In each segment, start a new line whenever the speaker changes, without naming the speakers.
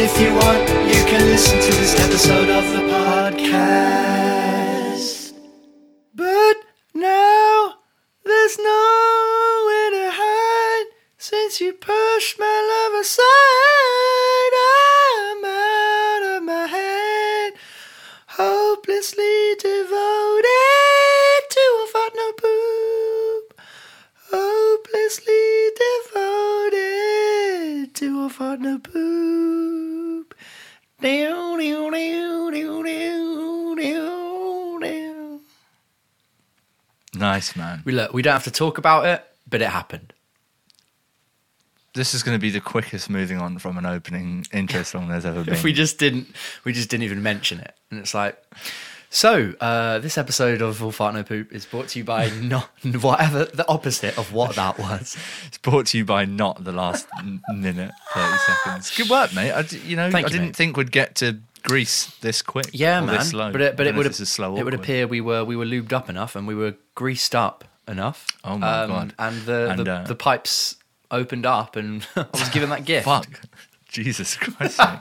If you want, you can listen to this episode of the podcast. But now there's nowhere to hide since you pushed my love aside. I'm out of my head, hopelessly devoted to a fart no poop. Hopelessly devoted to a fart no poop. Down, down, down, down, down, down, down.
Nice, man.
We look, we don't have to talk about it, but it happened.
This is going to be the quickest moving on from an opening intro song there's ever been.
If we just didn't, we just didn't even mention it, and it's like, so uh, this episode of All Fart No Poop is brought to you by not whatever the opposite of what that was.
It's brought to you by not the last n- minute, 30 seconds. Good work, mate. I, d- you know,
Thank
I
you,
didn't
mate.
think we'd get to Greece this quick.
Yeah,
or
man.
This slow.
But it, but
I
it
don't know
would
if this is slow.
it would
awkward.
appear we were we were lubed up enough and we were greased up enough.
Oh my
um,
God.
And the
And,
the,
uh,
the pipes opened up and I was given that gift.
Fuck. Jesus Christ. mate.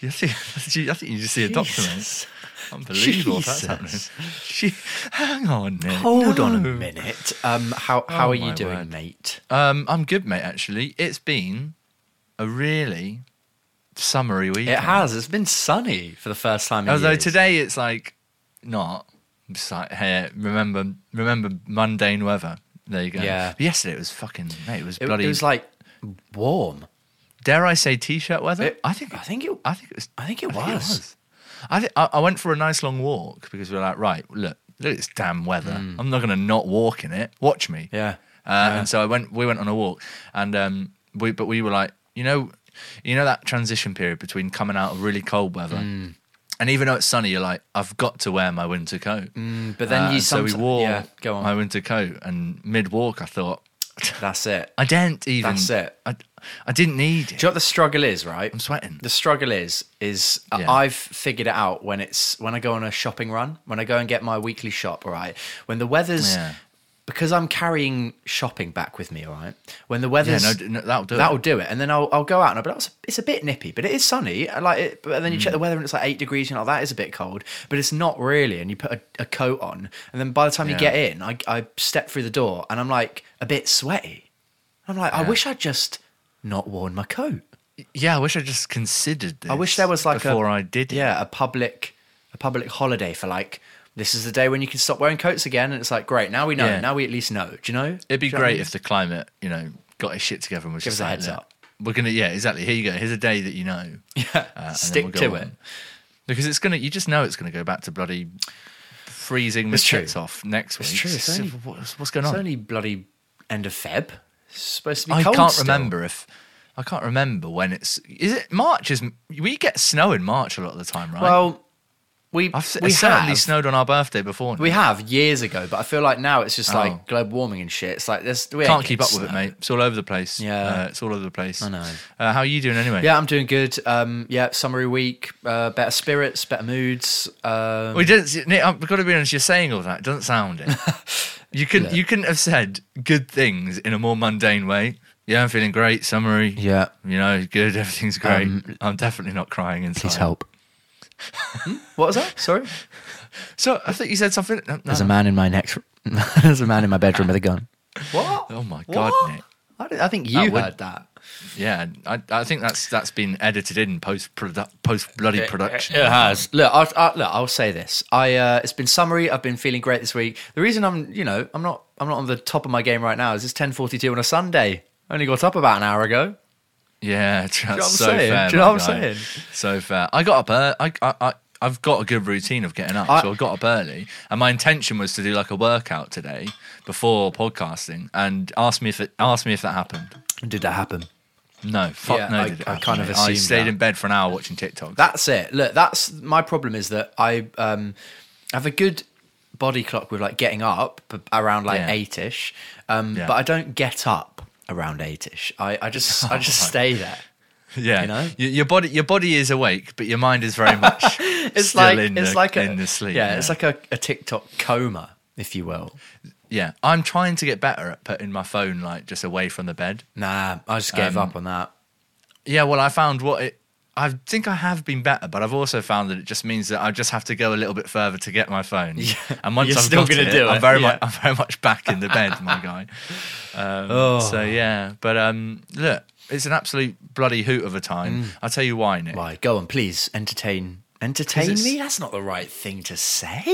you have to, I think you just see a doctor, mate.
Jesus.
Unbelievable. if That's happening.
Jesus.
She, hang on, Nick.
Hold on a
No.
minute. Um, how how
Oh
are you
my
doing,
word.
mate?
Um, I'm good, mate. Actually, it's been a really summery week.
It has. It's been sunny for the first time. In
Although
years.
today it's like not. It's like hey, remember, remember mundane weather. There you go.
Yeah.
But yesterday it was fucking. Mate, it was
it,
bloody.
it was like warm.
dare I say, t-shirt weather?
It-
I think.
I think it.
I think it was.
I think it
I think it
was.
was. I, thi- I I went for a nice long walk because we were like, right, look, look at this damn weather.
Mm.
I'm not going to not walk in it. Watch me.
Yeah.
Uh, And so I went. We went on a walk, and um, we but we were like, you know, you know that transition period between coming out of really cold weather,
Mm.
and even though it's sunny, you're like, I've got to wear my winter coat.
Mm, But then
Uh,
you
and so we
sometime-
wore
Yeah, go on.
my winter coat, and mid walk, I thought,
That's it.
I didn't even.
That's it.
I, I didn't need it.
Do you know what the struggle is, right?
I'm sweating.
The struggle is, is I-
Yeah.
I've figured it out when it's when I go on a shopping run, when I go and get my weekly shop, all right. When the weather's
Yeah.
because I'm carrying shopping back with me, all right. When the
yeah,
weather's
no, d- no, that'll do.
that'll
it.
do it, and then I'll, I'll go out and I'll be like, "Oh, "It's- it's a bit nippy, but it is sunny. I like it, but then you check
Mm.
the weather and it's like eight degrees, and like "Oh, that is a bit cold, but it's not really. And you put a, a coat on, and then by the time you
Yeah.
get in, I, I step through the door and I'm like a bit sweaty. I'm like, I
Yeah.
wish I'd just not worn my coat.
Yeah, I wish I just considered this.
I wish there was like a-
before I did. it.
yeah a public a public holiday for like this is the day when you can stop wearing coats again and it's like great now we know
Yeah.
now we at least know do you know
It'd be
Do you know what I
great
mean?
if the climate, you know, got its shit together and was
Give
just
us a
like,
heads
"Look,
up."
We're gonna, yeah, exactly. Here you go. Here's a day that you know.
yeah
Uh, and then
stick
we'll go
to it
on. because it's gonna. You just know it's gonna go back to bloody freezing with
It's true.
checks off next week.
It's true, it's only-
what's, what's going
it's
on?
only bloody end of Feb it's supposed to be
I
cold
can't
still.
remember if. I can't remember when it's. Is it March? Is we get snow in March a lot of the time, right?
well we
I've, s-
we
it's certainly
have
snowed on our birthday before.
we have years ago but I feel like now it's just like
Oh.
global warming and shit it's like there's we ain't
can't keep
getting
up with it,
snow.
mate. It's all over the place.
Yeah.
uh, it's all over the place. I
know.
Uh, how are you doing anyway?
yeah I'm doing good um yeah summary week uh, better spirits better moods um
We didn't. Nick, I've got to be honest. You're saying all that. It doesn't sound it. you couldn't. You couldn't have said good things in a more mundane way. Yeah, I'm feeling great. Summary.
Yeah. Um,
You know, good. Everything's great. I'm definitely not crying inside.
please help Hmm? what was that sorry
So I think you said something. No, no.
There's a man in my next. there's a man in my bedroom with a gun. What?
Oh my God,
What?
Nick.
I, don't- I think you
That would-
heard that.
Yeah, I, I think that's that's been edited in post produ- post bloody production.
It has. Look, I, I, look. I'll say this. I. Uh, it's been summary. I've been feeling great this week. The reason I'm, you know, I'm not, I'm not on the top of my game right now is it's 10:42 on a Sunday. I only got up about an hour ago.
Yeah, that's
what I'm
so
saying?
fair.
Do you know
my
what I'm
guy.
saying?
So fair. I got up. Uh, I, I I I've got a good routine of getting up,
I-
so I got up early. And my intention was to do like a workout today before podcasting. And ask me if it ask me if that happened.
Did that happen?
No, fuck
Yeah,
no.
I-
did it
I
happen,
kind of
mate. I
assumed
stayed
that.
in bed for an hour watching TikTok.
That's it. Look, that's my problem is that I um have a good body clock with like getting up b- around like
Yeah.
eight ish, um,
Yeah.
but I don't get up around eight ish. I, I just I just
Right.
stay there.
yeah,
you know?
Y- your body your body is awake, but your mind is very much
It's
still
like
in
it's
the,
like a
in the sleep.
Yeah, it's like a, a TikTok coma, if you will.
yeah. I'm trying to get better at putting my phone like just away from the bed.
Um, Nah, I just gave up on that.
Yeah, well, I found what it. I think I have been better, but I've also found that it just means that I just have to go a little bit further to get my phone.
Yeah.
And once
You're
I'm
still
got
gonna
it,
do
I'm
it,
very
yeah.
much, I'm very much back in the bed, my guy. Um,
Oh.
So yeah, but um, look, it's an absolute bloody hoot of a time. I'll tell you why, Nick.
Mm. Why? Go on, please entertain. Entertain
it's-
me? That's not the right thing to say.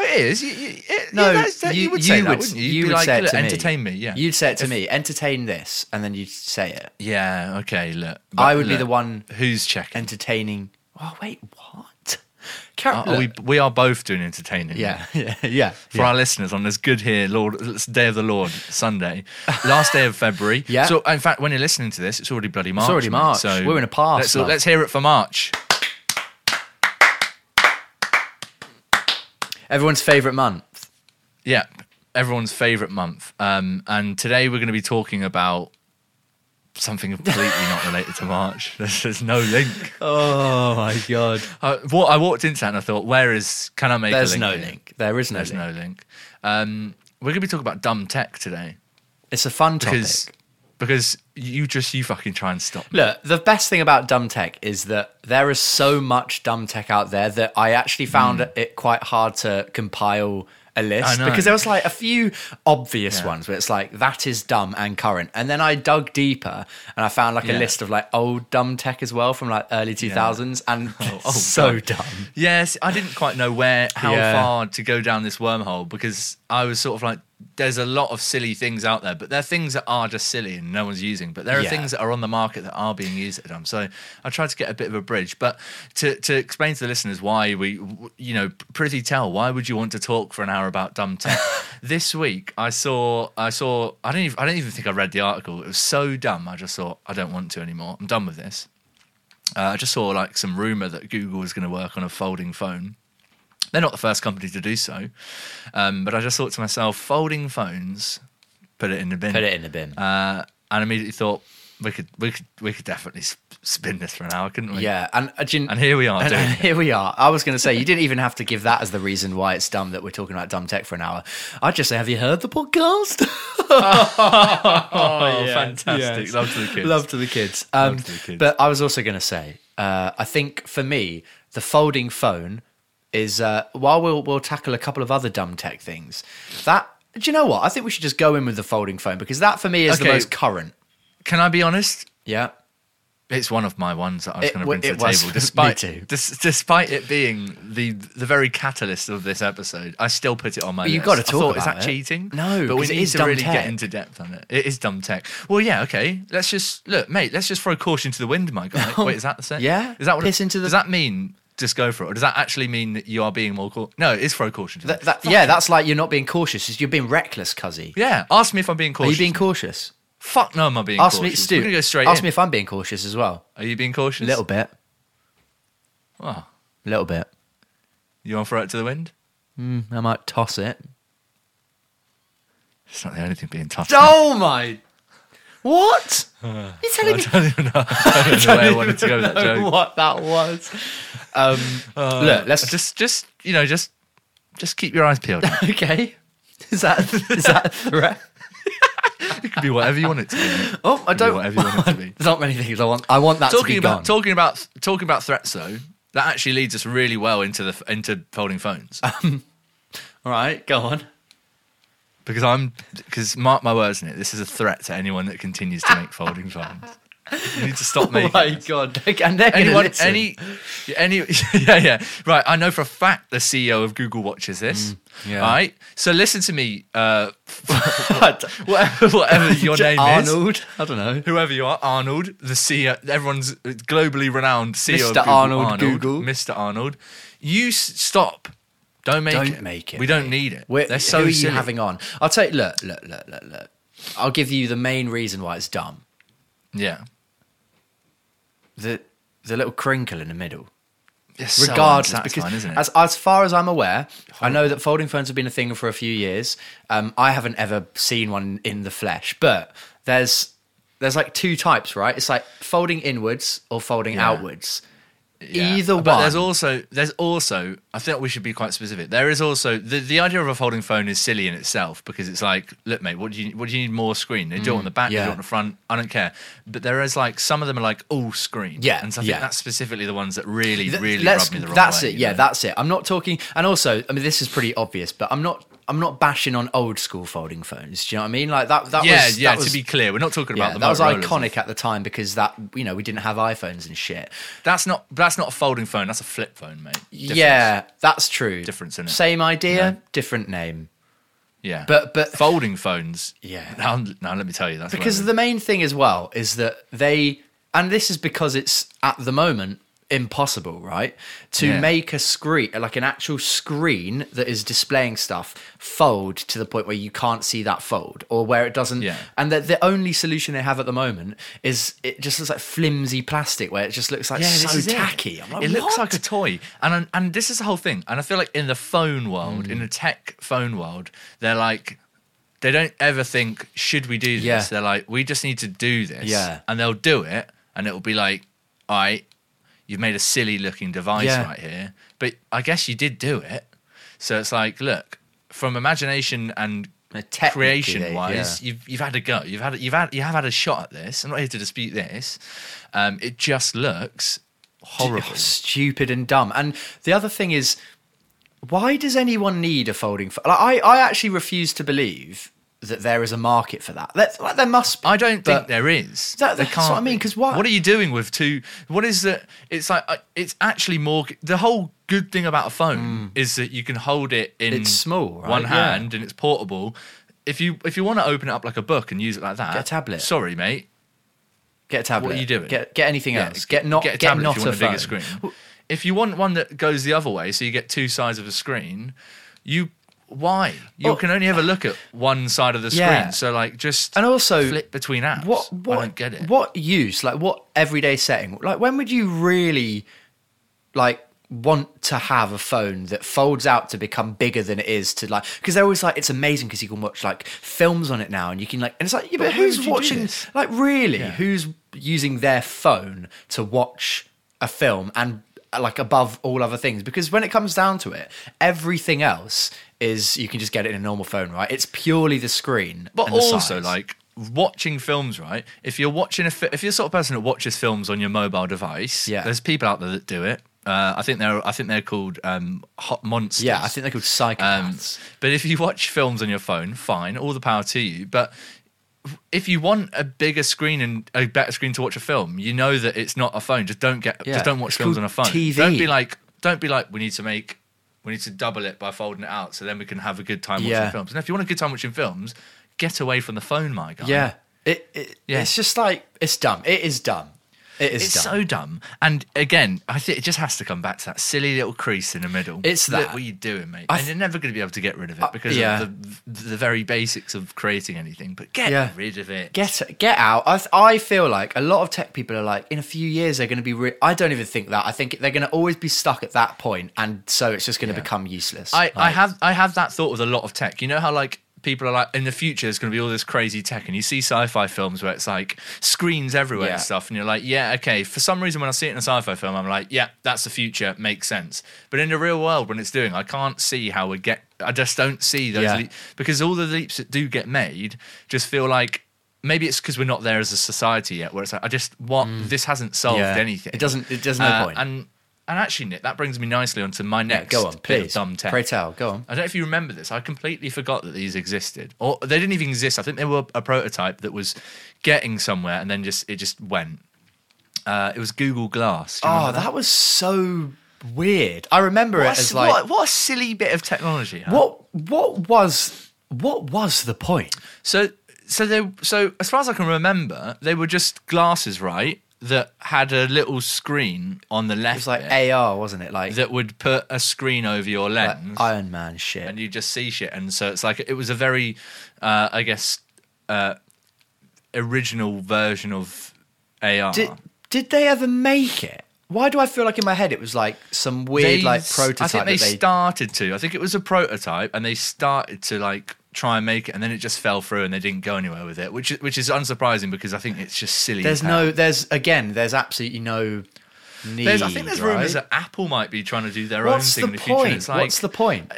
It is. You, you, it-
No,
yeah, that's- that- you, would say that, wouldn't you? You'd
you
be
would
like,
say it
"Look,
to me.
entertain me. Yeah.
You'd say it to me. Entertain this, and then you'd say it.
yeah. Okay. Look,
I
but
would be
look,
the one
who's checking.
entertaining. Oh wait, what? Car-
Are- are
look,
we we are both doing entertaining.
yeah, yeah, yeah.
for our listeners on this good here Lord this Day of the Lord Sunday, last day of February.
Yeah.
So in fact, when you're listening to this, it's already bloody March.
already
mate.
March.
So
We're in a past
Let's,
month.
let's hear it for March.
Everyone's favorite month.
Yeah. Everyone's favorite month. Um, and today we're going to be talking about something completely not related to March. There's, there's no link.
Oh my god.
I, wa- I walked into that and I thought, where is? Can I make?
There's
a link
no
here?
link. There is no
There's
link.
no link. Um, we're going to be talking about dumb tech today
It's a fun topic.
because because you just you fucking try and stop me.
Look, the best thing about dumb tech is that there is so much dumb tech out there that I actually found it quite hard to compile a list
Mm. know.
because there was like a few obvious
Yeah.
ones where it's like that is dumb and current. And then I dug deeper and I found like a
Yeah.
list of like old dumb tech as well from like early 2000s and
oh,
so
God.
dumb.
Yes, I didn't quite know where how
Yeah.
far to go down this wormhole because I was sort of like, there's a lot of silly things out there, but there are things that are just silly and no one's using. But there are
Yeah.
things that are on the market that are being used at dumb. So I tried to get a bit of a bridge, but to to explain to the listeners why we, you know, prithee tell, why would you want to talk for an hour about dumb tech? this week I saw I saw I don't even I don't even think I read the article. It was so dumb. I just thought I don't want to anymore. I'm done with this. Uh, I just saw like some rumor that Google was going to work on a folding phone. They're not the first company to do so, um, but I just thought to myself, folding phones, put it in the bin.
Put it in the bin.
Uh, and immediately thought we could we could we could definitely sp- spin this for an hour, couldn't we?
yeah. And, uh, do you-
And here we are
And,
doing
and
it.
here we are. I was going to say you didn't even have to give that as the reason why it's dumb that we're talking about dumb tech for an hour. I'd just say, have you heard the podcast?
Oh,
yes,
fantastic!
yes.
Love to the kids.
Love to the kids. Um,
to the kids.
But I was also going to say, uh, I think for me, the folding phone is. Uh, while we'll we'll tackle a couple of other dumb tech things, that do you know what? I think we should just go in with the folding phone because that for me is the
Okay.
most current.
Can I be honest?
Yeah.
It's one of my ones that I was
It
going to
wa-
bring to
it
the
was
table,
for me
despite
too.
dis- despite it being the the very catalyst of this episode. I still put it on my.
But you
list.
gotta
I
talk
thought, Is
about
that
it.
cheating?
No,
but we
'cause it
need
is
to
dumb
really
tech.
get into depth on it. It is dumb tech. Well, yeah, okay. Let's just look, mate. Let's just throw caution to the wind, my guy. Wait, is that the same?
Yeah.
Is that what?
Piss into the-
Does that mean just go for it, or does that actually mean that you are being more? Cau- no, it's throw caution to the
That, that, yeah, that's like you're not being cautious. it's You're being reckless, cuzzy.
Yeah. Ask me if I'm being
Are you
cautious.
being cautious?
Fuck no, am I being
Ask
cautious?
me, Stu.
We're gonna go straight
ask
in.
me if I'm being cautious as well.
Are you being
A
cautious?
little bit.
Oh,
A little bit.
you want to throw it to the wind?
Mm, I might toss it.
It's not the only thing being tough.
Oh my! What? You're telling me
I don't even know, I don't know where I wanted to go with that Uh,
know
joke.
what that was? Um, look, let's just
Just, just you know, just, just keep your eyes peeled.
okay. Is that is that a threat?
It could be whatever you want it to be.
Oh, I
It could be
don't.
whatever you want it to be.
There's not many things I want. I want that to
talking
be
about
gone.
talking about talking about threats though. That actually leads us really well into the into folding phones
Ah. All right, go on.
because I'm because mark my words in it. This is a threat to anyone that continues to make folding phones. You need to stop
Oh
making.
my
this.
god! And they're going to
Anyone,
listen.
any, any, yeah, yeah, right. I know for a fact the CEO of Google watches this.
Mm. yeah.
All right, so listen to me, uh,
What?
whatever, whatever your name is,
Arnold. I don't know.
whoever you are, Arnold, the CEO, everyone's globally renowned
Mr.
CEO of Google,
Arnold Google.
Mr. Arnold. You s- stop. Don't make
Don't
it.
make it.
We don't
mate.
need it.
We're-
They're so
who are you
silly.
having on? I'll tell you. Look, look, look, look, look. I'll give you the main reason why it's dumb.
Yeah.
The the little crinkle in the middle.
It's so
regardless,
unsatisfying,
because
isn't it?
as as far as I'm aware, I know that folding phones have been a thing for a few years. Um, I haven't ever seen one in the flesh, but there's there's like two types, right? It's like folding inwards or folding
Yeah.
outwards.
Yeah.
Either
but
one.
there's also there's also I think we should be quite specific. There is also the, the idea of a folding phone is silly in itself because it's like, look, mate, what do you what do you need more screen? They do it on the back, they
Mm, yeah.
do it on the front. I don't care. But there is like some of them are like all screen.
Yeah,
and so I think
yeah.
that's specifically the ones that really
Th-
really
let's-
rub me the wrong
that's
way.
it
you
yeah
know?
that's it i'm not talking and also i mean this is pretty obvious but i'm not i'm not bashing on old school folding phones do you know what i mean like that that
yeah,
was
yeah.
that was,
to be clear, we're not talking
yeah,
about the
that was
Motorola's.
iconic at the time because that you know we didn't have iphones and shit
That's not that's not a folding phone. That's a flip phone, mate. Difference.
yeah that's true
Difference, innit?
same idea different name
yeah.
but but
folding phones.
Yeah.
Now, now let me tell you, that's what I
Because
mean.
the main thing as well is that they, and this is because it's at the moment impossible, right? To
Yeah.
make a screen, like an actual screen that is displaying stuff, fold to the point where you can't see that fold or where it doesn't.
Yeah.
And that the only solution they have at the moment is it just looks like flimsy plastic where it just looks like
this
so
is it.
tacky. I'm like,
it looks like
"What?"
a toy, and I'm- and this is the whole thing. And I feel like in the phone world,
Mm.
in the tech phone world, they're like, they don't ever think, should we do this?
Yeah.
They're like, we just need to do this,
Yeah.
and they'll do it, and it'll be like, all right, you've made a silly looking device
Yeah.
right here, but I guess you did do it, so it's like, look, from imagination and
Uh, technically,
creation wise,
yeah.
you've you've had a go. You've had you've had you have had a shot at this. I'm not here to dispute this. Um, it just looks horrible.
Oh, stupid and dumb. And the other thing is, why does anyone need a folding phone? Like, I, I actually refuse to believe that there is a market for that. That like, there must be.
I don't
but-
think there is.
That-
There
that's what I
can't
mean,
be.
'cause why-
What are you doing with two? What is that? It's like I- it's actually more. The whole good thing about a phone is that you can hold it in
Mm. It's small, right?
one
Yeah.
hand, and it's portable. If you if you want to open it up like a book and use it like that,
Get a tablet.
Sorry, mate.
Get a tablet.
What are you doing?
Get, get anything
Yeah,
else. Get not. Get,
a tablet
not
if you
a
want bigger
phone.
screen. If you want one that goes the other way, so you get two sides of a screen, you why you
Oh.
can only ever look at one side of the screen.
Yeah.
So like just
And also,
flip between apps.
What? What?
I don't get it.
What use? Like what everyday setting? Like when would you really, like, want to have a phone that folds out to become bigger than it is to like? Because they're always like, it's amazing because you can watch like films on it now, and you can like, and it's like, yeah, but,
why would
who's
you do
watching?
this?
Like really, who's using their phone to watch a film and? uh, Like above all other things, because when it comes down to it, everything else is you can just get it in a normal phone, right? It's purely the screen,
But
and the
also
size.
like watching films, right? If you're watching a fi- if you're the sort of person that watches films on your mobile device,
Yeah.
there's people out there that do it. Uh, I think they're I think they're called um, hot monsters.
yeah, I think they're called psychopaths.
Um, but if you watch films on your phone, fine, all the power to you. But if you want a bigger screen and a better screen to watch a film, you know that it's not a phone. Just don't get,
Yeah,
just don't watch
it's
films
called
on a phone.
TV.
Don't be like, don't be like, we need to make, we need to double it by folding it out, so then we can have a good time watching
Yeah.
films. And if you want a good time watching films, get away from the phone, my guy.
Yeah. It, it
Um, Yeah.
it's just like it's dumb. It is dumb. It is
It's
dumb.
so dumb, and again, I think it just has to come back to that silly little crease in the middle.
It's
Look
that.
what you doing, mate?
I
and
th-
you're never going to be able to get rid of it because
yeah.
of the, the very basics of creating anything. But get
Yeah.
rid of it.
Get get out. I th- I feel like a lot of tech people are like in a few years they're going to be. Re- I don't even think that. I think they're going to always be stuck at that point, and so it's just going to become useless.
I, I
Like,
have I have that thought with a lot of tech. You know how like people are like in the future there's going to be all this crazy tech, and you see sci-fi films where it's like screens everywhere
Yeah.
and stuff, and you're like, yeah, okay. For some reason, when I see it in a sci-fi film, I'm like, yeah, that's the future, makes sense. But in the real world, when it's doing, I can't see how we get. I just don't see those
Yeah.
leap- because all the leaps that do get made just feel like. Maybe it's because we're not there as a society yet, where it's like I just what this hasn't solved
Mm. Yeah.
anything. Uh,
It doesn't- it does no point.
And and actually, Nick, that brings me nicely onto my next
go on,
bit of
please.
dumb tech.
Pray tell, go on.
I don't know if you remember this. I completely forgot that these existed, or they didn't even exist. I think they were a prototype that was getting somewhere, and then just it just went. Uh, it was Google Glass. Do you
Oh,
remember
that was so weird. I remember
What
it
a-
as like
what, what a silly bit of technology. huh?
what what was what was the point?
So so they so as far as I can remember, they were just glasses, right? That had a little screen on the left,
It was like
bit
AR, wasn't it? Like,
that would put a screen over your
like
lens.
Iron Man shit.
and you just see shit. And so it's like it was a very, uh, I guess, uh, original version of AR.
Did did they ever make it? Why do I feel like in my head it was like some weird like prototype?
I think they,
that they,
started to. I think it was a prototype, and they started to like try and make it, and then it just fell through, and they didn't go anywhere with it, which is- which is unsurprising because I think it's just silly.
there's
as hell.
no there's again there's absolutely no
There's, I think there's
Need,
rumors
right?
that Apple might be trying to do their
What's
own
the
thing in the future. and
point?
It's like,
What's the point?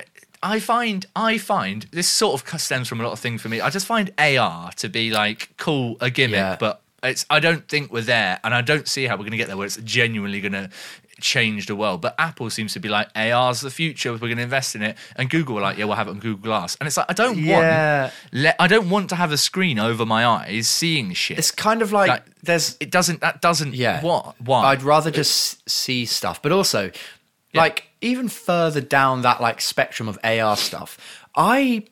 I find I find this sort of stems from a lot of things for me. I just find AR to be like cool a gimmick,
Yeah.
but it's I don't think we're there, and I don't see how we're going to get there where it's genuinely going to change the world. But Apple seems to be like AR's the future. We're going to invest in it, and Google were like, yeah, we'll have it on Google Glass, and it's like I don't
Yeah.
want let, I don't want to have a screen over my eyes seeing shit.
It's kind of like
Like-
there's
it doesn't that doesn't
yeah.
what why
I'd rather just see stuff, but also like even further down that like spectrum of AR stuff, I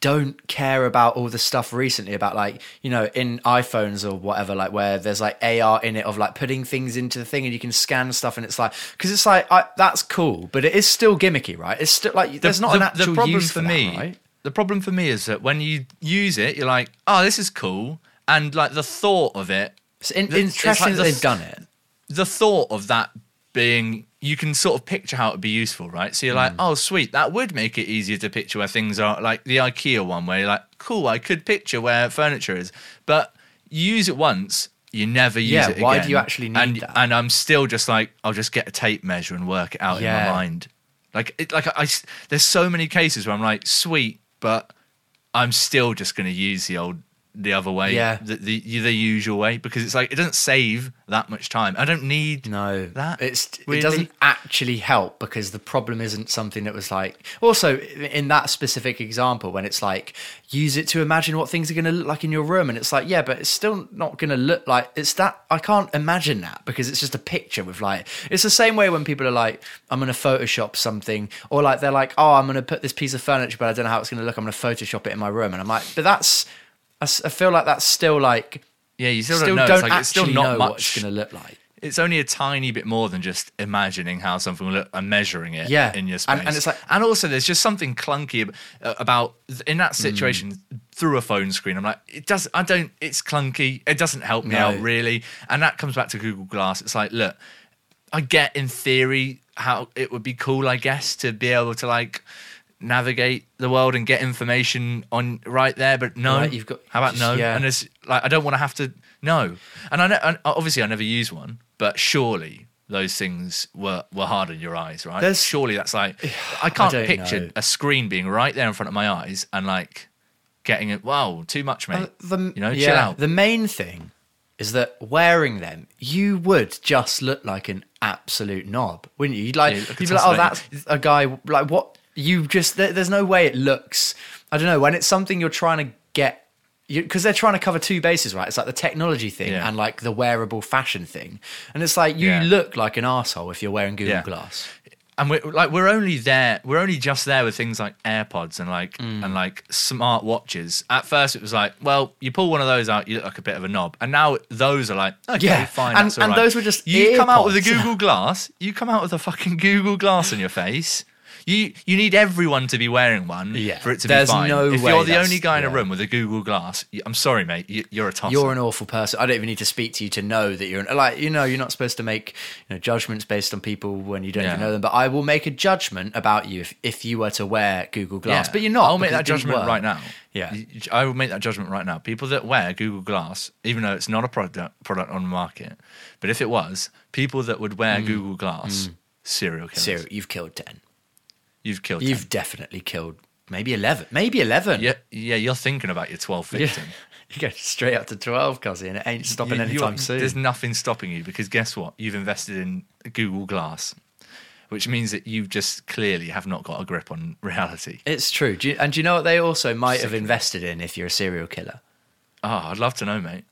don't care about all the stuff recently about like you know in iPhones or whatever like where there's like AR in it of like putting things into the thing and you can scan stuff and it's like because it's like I, that's cool but it is still gimmicky right it's still like there's not an actual use for, that,
me
right?
the problem for me is that when you use it you're like oh this is cool and like the thought of it
It's in-
it's like
interesting that
the-
they've done it
the thought of that being you can sort of picture how it'd be useful right so you're
Mm.
like oh sweet that would make it easier to picture where things are like the ikea one where you're like cool i could picture where furniture is but you use it once you never use
Yeah,
it
why do
again.
you actually need
and,
that?
and i'm still just like i'll just get a tape measure and work it out in
Yeah.
my mind like it, like I, I s- there's so many cases where i'm like sweet but i'm still just going to use the old the other way
Yeah.
the, the the usual way because it's like it doesn't save that much time. I don't need
No,
that.
it's
weirdly.
it doesn't actually help because the problem isn't something that was like. Also, in that specific example, when it's like use it to imagine what things are going to look like in your room, and it's like yeah, but it's still not going to look like it's that. I can't imagine that because it's just a picture with like. It's the same way when people are like, I'm going to Photoshop something, or like they're like, oh, I'm going to put this piece of furniture, but I don't know how it's going to look. I'm going to Photoshop it in my room, and I'm like, but that's. I s- I feel like that's still like.
Yeah, you still,
Still,
don't know.
don't,
it's, like,
actually
it's still not
know
much.
what it's going to look like.
it's only a tiny bit more than just imagining how something will look and measuring it
Yeah.
in your space.
And- and it's like-
and also there's just something clunky ab- uh, about in
Hmm.
that situation through a phone screen. I'm like, it does. I don't. It's clunky. It doesn't help me
No.
out really. And that comes back to Google Glass. It's like, look, I get in theory how it would be cool, I guess, to be able to like navigate the world and get information on right there but no
Right, you've got-
how about
just-
no
yeah.
and it's it's like I don't want to have to no. And I know, and obviously I never use one, but surely those things were were hard on your eyes, right?
There's-
surely that's like I can't
don't
picture
know.
a screen being right there in front of my eyes and like getting it. Wow, too much, mate.
Uh, the,
you know, chill
yeah,
out.
The main thing is that wearing them, you would just look like an absolute knob, wouldn't you? You'd like,
Yeah, you
you'd
look
be like, oh, that's
automatic.
a guy. Like, what? You just there, there's no way it looks. I don't know when it's something you're trying to get. Because they're trying to cover two bases, right? It's like the technology thing
Yeah.
and like the wearable fashion thing, and it's like you
Yeah.
look like an asshole if you're wearing Google
Yeah.
Glass.
and we're like we're only there we're only just there with things like airpods and like
Mm.
and like smart watches at first it was like well you pull one of those out you look like a bit of a knob and now those are like okay
Oh, Yeah,
fine
and-
that's all
and
right.
those were just
you come out with a
earpods.
google glass you come out with a fucking google glass on your face you you need everyone to be wearing one
Yeah,
for it to
there's
be fine
no
if
way
you're the
that's-
only guy in a
yeah.
room with a google glass you, i'm sorry mate you, you're a tosser
You're an awful person. I don't even need to speak to you to know that you're an, like you know you're not supposed to make you know, judgments based on people when you don't even
Yeah.
know them. But I will make a judgment about you if, if you were to wear Google Glass.
Yeah.
But you're not.
I'll make
because
that
it didn't
judgment
work.
right now.
Yeah.
Y- y- I will make that judgment right now. People that wear Google Glass, even though it's not a product product on the market, but if it was, people that would wear
Mm.
Google Glass, serial killers.
Cyril, you've killed ten.
You've killed.
You've
10.
definitely killed maybe eleven. Maybe eleven.
Yeah, yeah. You're thinking about your 12th
You
victim.
go straight up to twelve, cousin. It ain't stopping
You- you
anytime
are-
soon.
There's nothing stopping you because guess what? You've invested in Google Glass, which means that you just clearly have not got a grip on reality.
It's true. Do you, and do you know what they also might have invested in if you're a serial killer?
Oh, I'd love to know, mate.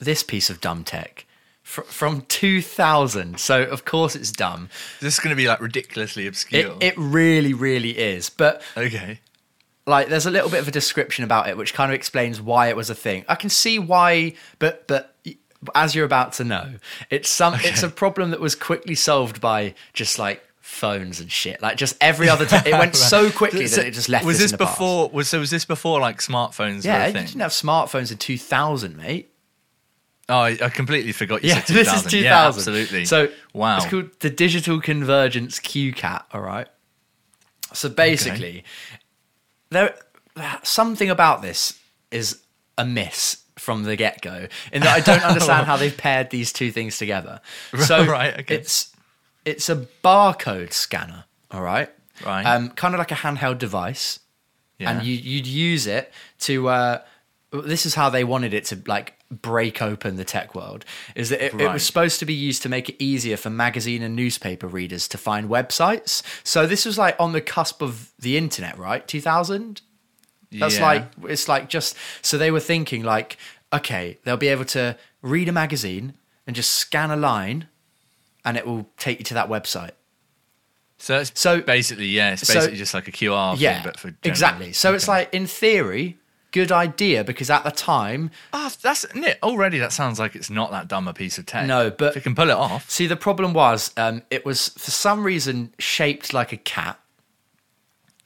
This piece of dumb tech fr- from 2000. So of course it's dumb.
this is going to be like ridiculously obscure.
It, it really, really is. But
okay.
like, there's a little bit of a description about it, which kind of explains why it was a thing. I can see why, but but as you're about to know, it's some it's a problem that was quickly solved by just like phones and shit. Like just every other, t- it went so quickly
So
that it just left.
Was
us in
this
the past.
before? Was so? Was this before like smartphones?
Yeah,
Yeah,
you
were a
didn't
thing?
have smartphones in 2000, mate.
Oh, I, I completely forgot. You
Yeah,
said 2000.
this is 2000.
Yeah, absolutely.
So
wow,
it's called the Digital Convergence QCAT. All right. So basically, there something about this is amiss from the get go, in that I don't understand how they've paired these two things together. So
Right, okay.
it's it's a barcode scanner, all right,
Right.
um, kind of like a handheld device, and you, you'd use it to. Uh, this is how they wanted it to like break open the tech world. Is that it, it
Right.
was supposed to be used to make it easier for magazine and newspaper readers to find websites. So this was like on the cusp of the internet, right? Two thousand. That's
Yeah.
like it's like just so they were thinking like, okay, they'll be able to read a magazine and just scan a line, and it will take you to that website.
so it's
so-
basically yeah, it's
so-
basically just like a QR
yeah,
thing, but for general-
exactly. So it's
Okay.
like in theory, good idea because at the time,
Ah, that's Nick, already. That sounds like it's not that dumb a piece of tech.
No, but-
if you can pull it off,
see the problem was um, it was for some reason shaped like a cat.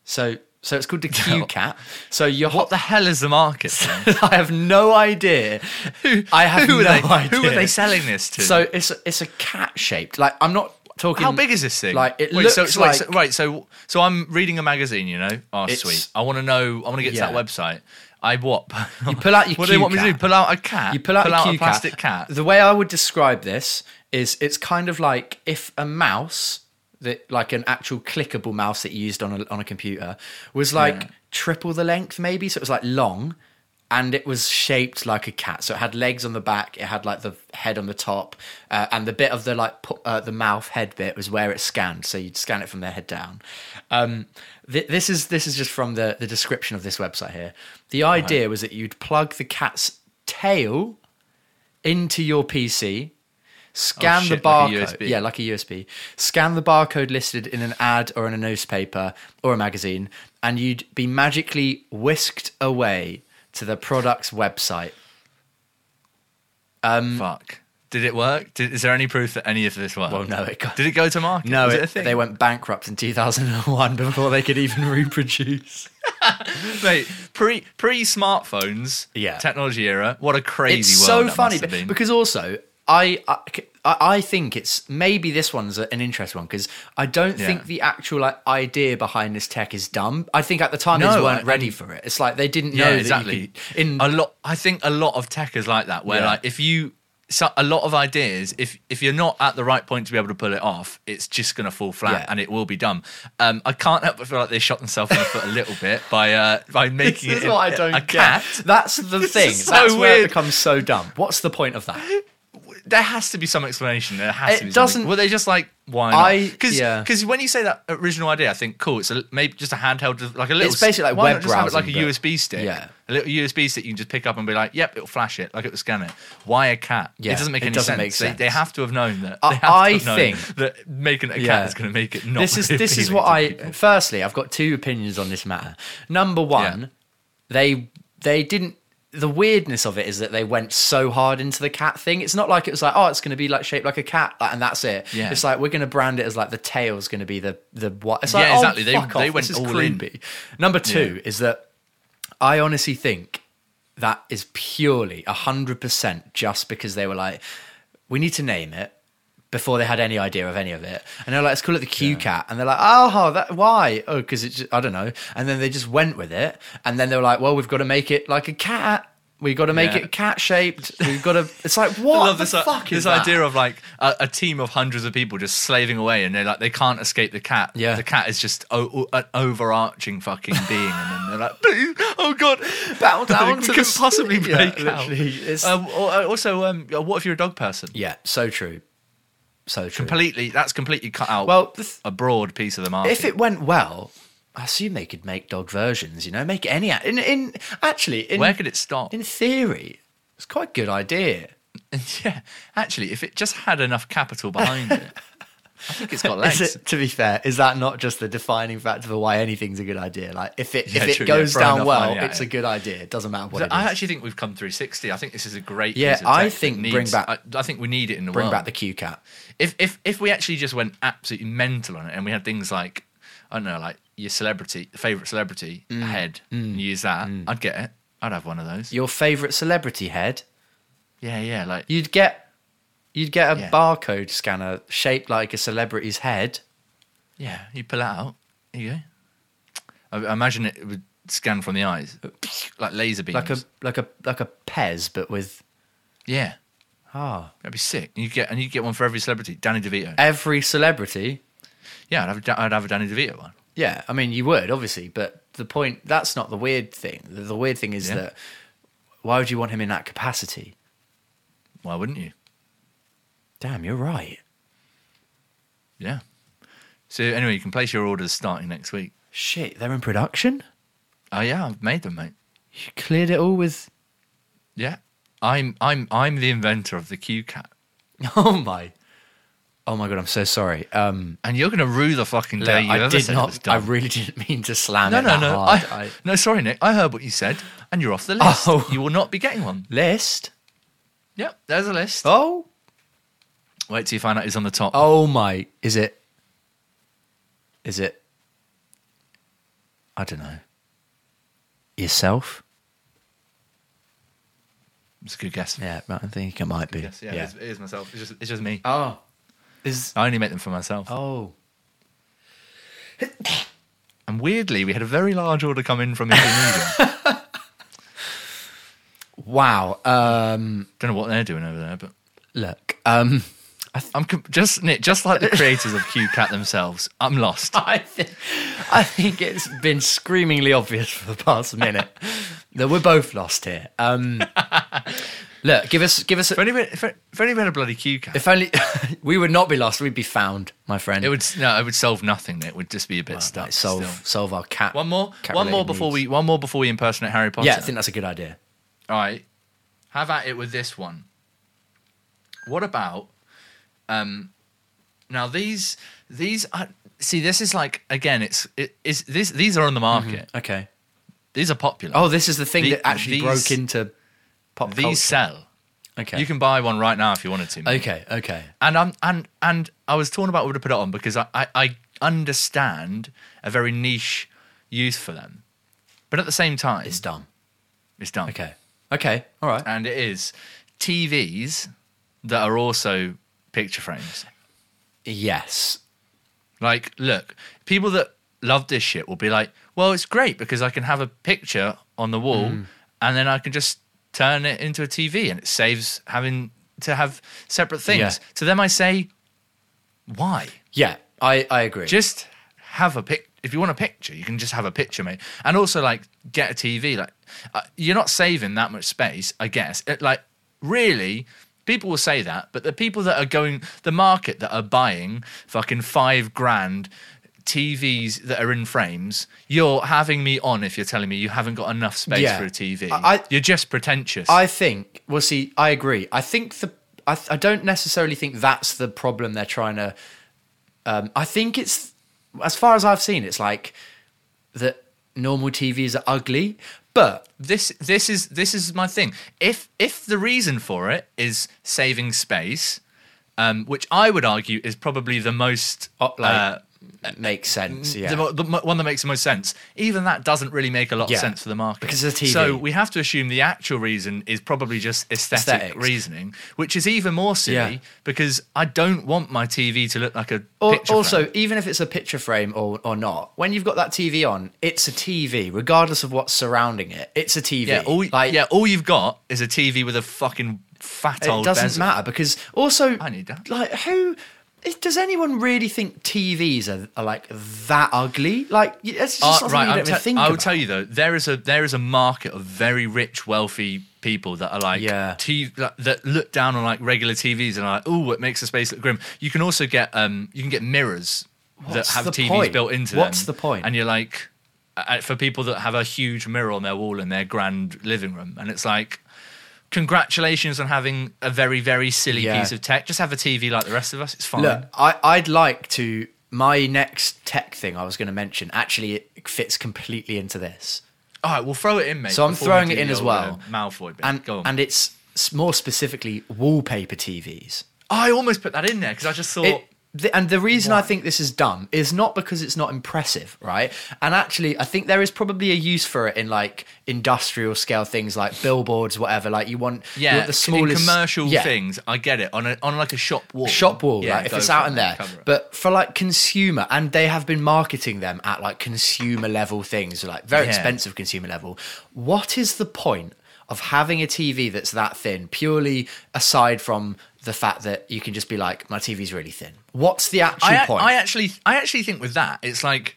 So so it's called the Q cat. So you're
what the hell is the market? then?
I have no idea. I have
who are
no
they?
idea.
Who are they selling this to?
So it's it's a cat shaped. Like I'm not talking.
How big is this thing?
Like it
Wait,
looks
so, so,
like
wait, so, right. So so I'm reading a magazine, you know. Oh,
It's-
sweet. I want to know. I want to get
Yeah.
to that website. I what? You
pull out your
What do they want me to
Q-cat.
do? Pull out a cat.
you pull out, a, cue
plastic cat.
The way I would describe this is it's kind of like if a mouse that like an actual clickable mouse that you used on a on a computer was like
Yeah.
triple the length maybe, so it was like long. And it was shaped like a cat, so it had legs on the back. It had like the head on the top, uh, and the bit of the like pu- uh, the mouth head bit was where it scanned. So you'd scan it from their head down. Um, th- this is this is just from the the description of this website here. The idea was that you'd plug the cat's tail into your PC, scan the
Oh, shit, like a
barcode.
USB.
yeah, like a USB. Scan the barcode listed in an ad or in a newspaper or a magazine, and you'd be magically whisked away to the product's website. Mm.
Fuck. Did it work? Did, is there any proof that any of this worked?
Well, Oh, no, it got-
Did it go to market?
No,
Was it,
it-
a thing?
they went bankrupt in 2001 before they could even reproduce.
Mate, pre pre smartphones.
Yeah.
Technology era. What a crazy
It's
world.
so
that
funny
must have
be-
been.
because also I, I I think it's maybe this one's an interesting one because I don't
Yeah.
think the actual like, idea behind this tech is dumb. I think at the time they
No,
weren't
I-
ready for it. It's like they didn't know
yeah,
that you
exactly.
could- in
a lot, I think a lot of tech is like that, where
Yeah.
like if you so a lot of ideas, if if you're not at the right point to be able to pull it off, it's just gonna fall flat
Yeah.
and it will be dumb. Um, I can't help but feel like they shot themselves in the foot a little bit by uh, by making
this is
it
what
a-
I don't
a
get.
cat.
That's the thing.
is so
That's where it
weird.
becomes so dumb. What's the point of that?
There has to be some explanation. There has
It
to be.
doesn't-
Something. Were they just like why?
I-
because
yeah.
because when you say that original idea, I think cool. It's a, maybe just a handheld, like a little.
It's basically like
why
web
not just have it like a
browsing, but-
USB stick.
Yeah.
a little USB stick you can just pick up and be like, yep, it'll flash it, like it will scan it. Why a cat?
Yeah,
it doesn't make
it
any
doesn't
sense.
make
They- They,
sense.
have to have known that.
I-
They have to
I
have known
think-
that making a cat
Yeah.
is going to make it not.
this is this is
appealing
what
to
I.
people.
Firstly, I've got two opinions on this matter. Number one,
Yeah.
they they didn't. The weirdness of it is that they went so hard into the cat thing. It's not like it was like, oh, it's going to be like shaped like a cat, like, and that's it.
Yeah.
It's like we're going to brand it as like the tail's going to be the the what? It's like
Yeah,
oh,
exactly. They-
fuck
they
off.
went
This is
all in.
creepy. Number two is that I honestly think that is purely hundred percent just because they were like, we need to name it before they had any idea of any of it, and they're like, let's call it the Q Cat, and they're like, oh, that why? Oh, because it's I don't know, and then they just went with it, and then they were like, well, we've got to make it like a cat. We've got to make
Yeah.
it cat shaped. We've got to. It's like
I
what
love
the
this, uh,
fuck
this
is that?
idea of like a, a team of hundreds of people just slaving away, and they like they can't escape the cat.
Yeah.
the cat is just o- o- an overarching fucking being, and then they're like, "Please, oh god,
Bow down
we
to the
couldn't possibly
sea." Yeah,
break out.
literally, it's-
Um, al- uh, also, um, what if you're a dog person?
Yeah, so true, so true.
Completely, that's completely cut out.
Well, the th-
a broad piece of the market.
if it went well, I assume they could make dog versions. You know, make it any in in actually in
Where could it stop?
in theory, it's quite a good idea.
yeah, actually, if it just had enough capital behind it, I think it's got legs.
Is it, to be fair, is that not just the defining factor for why anything's a good idea? Like if it
Yeah,
if it
true, yeah,
goes
throw
down
enough
well,
money at
it's
it.
a good idea. It doesn't matter what it is.
I actually think we've come 360. I think this is a great.
Yeah,
piece of
I
tech that
think
needs-
bring back-
I, I think we need it in the
Bring
world.
back the Q cat.
if if if we actually just went absolutely mental on it and we had things like I don't know, like your celebrity, favorite celebrity
Mm.
head, and use that, I'd get it. I'd have one of those.
Your favorite celebrity head,
yeah, yeah, like
you'd get you'd get a
Yeah.
barcode scanner shaped like a celebrity's head.
yeah, you pull it out. There you go. I, I imagine it would scan from the eyes, like laser beams.
like a like a like a Pez, but with
yeah,
ah
that'd be sick. You get and you get one for every celebrity. Danny DeVito.
every celebrity.
Yeah, I'd have a, Da- I'd have a Danny DeVito one.
Yeah, I mean you would obviously, but the point that's not the weird thing. The, the weird thing is
Yeah.
that why would you want him in that capacity?
Why wouldn't you?
Damn, you're right.
Yeah. So anyway, you can place your orders starting next week.
Shit, they're in production.
Oh yeah, I've made them, mate.
You cleared it all with.
Yeah, I'm I'm I'm the inventor of the Q cat,
Oh my, oh my god, I'm so sorry. Um,
and you're gonna rue the fucking day
look,
you
I
ever
did
said it was
not. I
dumb.
really didn't mean to slam
no,
it
no,
that
no.
hard.
I,
I,
no, sorry, Nick. I heard what you said, and you're off the list.
Oh.
You will not be getting one.
list.
Yep, there's a list.
Oh,
Wait till you find out who's on the top.
oh my. Is it? Is it? I don't know. Yourself?
It's a good guess.
Yeah, I think it might be.
Yes, yeah, It, is, it is myself. It's just, it's just me.
Oh, is
I only make them for myself.
oh.
And weirdly, we had a very large order come in from Indonesia.
Wow. Um,
Don't know what they're doing over there, but
look. Um,
I'm com- just Nick, just like the creators of Q Cat themselves. I'm lost.
I think I think it's been screamingly obvious for the past minute that we're both lost here. Um, look, give us give us.
If only we, if, if only we had a bloody Q Cat,
If only we would not be lost, we'd be found, my friend.
it would no, it would solve nothing. Nick. It would just be a bit stuck.
Like, solve
still.
solve our cat.
One more,
cat
one more
related
before
needs.
we one more before we impersonate Harry Potter.
Yeah, I think that's a good idea.
All right. Have at it with this one. What about um now these these are, see this is like again it's it is this these are on the market.
Okay.
These are popular.
Oh, this is the thing
The-
that actually
these-
broke into pop
these
culture.
sell.
Okay.
You can buy one right now if you wanted to. mate.
okay. Okay.
And I'm and and I was torn about whether to put it on because I, I, I understand a very niche use for them. But at the same time
It's
it's,
done.
done.
Okay. Okay. All right.
And it is TVs that are also picture frames.
Yes.
Like, look, people that love this shit will be like, well, it's great because I can have a picture on the wall
Mm.
and then I can just turn it into a TV and it saves having to have separate things.
Yeah.
To them, I say, why?
Yeah. I I agree.
Just have a pic. If you want a picture, you can just have a picture, mate. And also, like, get a TV. Like, uh, you're not saving that much space, I guess. It, like, really, people will say that, but the people that are going, the market that are buying fucking five grand TVs that are in frames, you're having me on if you're telling me you haven't got enough space
Yeah.
for a TV.
I- I-
you're just pretentious.
I think. Well, see, I agree. I think the. I, th- I don't necessarily think that's the problem they're trying to. Um, I think it's, as far as I've seen, it's like that normal TVs are ugly, but
this this is this is my thing. If if the reason for it is saving space, um, which I would argue is probably the most
uh, like
uh,
makes sense. Yeah,
the, mo- the mo- one that makes the most sense. Even that doesn't really make a lot
Yeah,
of sense for the market
because of the
So
TV.
we have to assume the actual reason is probably just aesthetic
Aesthetics.
reasoning, which is even more silly
Yeah.
because I don't want my TV to look like a
Al-
picture frame.
also, even if it's a picture frame or, or not, when you've got that TV on, it's a TV, regardless of what's surrounding it. It's a TV.
Yeah, all
like,
yeah, all you've got is a TV with a fucking fat
it
old
doesn't
bezel.
matter because also
I need that.
Like who? it- Does anyone really think TVs are, are like that ugly? Like y- it's just
Uh,
not something you
I'm
don't even
te-
think
I will
about.
tell you though, there is a there is a market of very rich, wealthy people that are like
Yeah.
t- that, that look down on like regular TVs and are like, oh, it makes the space look grim. You can also get um you can get mirrors
What's
that have
the
TVs
point?
built into them.
What's the point?
And you're like, uh, for people that have a huge mirror on their wall in their grand living room, and it's like. Congratulations on having a very, very silly
Yeah.
piece of tech. Just have a TV like the rest of us. It's fine.
Look, I, I'd like to. My next tech thing I was going to mention actually it fits completely into this,
All right, we'll throw it in, mate.
so I'm
before we
throwing
do
it in
the
as
old, uh,
well.
Malfoy, bit.
and
go on.
and it's s- more specifically wallpaper TVs.
I almost put that in there because I just thought
It, the, and the reason I think this is dumb is not because it's not impressive, right? And actually, I think there is probably a use for it in like industrial scale things like billboards, whatever. Like you want, you
Yeah,
want the smallest
in commercial
yeah,
things. I get it on a, on like a shop wall.
shop wall,
Yeah,
like if
go
it's
for
out
it,
in there.
cover it.
But for like consumer, and they have been marketing them at like consumer level things, like very
Yeah.
expensive consumer level. What is the point of having a TV that's that thin, purely aside from the fact that you can just be like, my TV's really thin? What's the actual
I,
point?
I actually, I actually think with that, it's like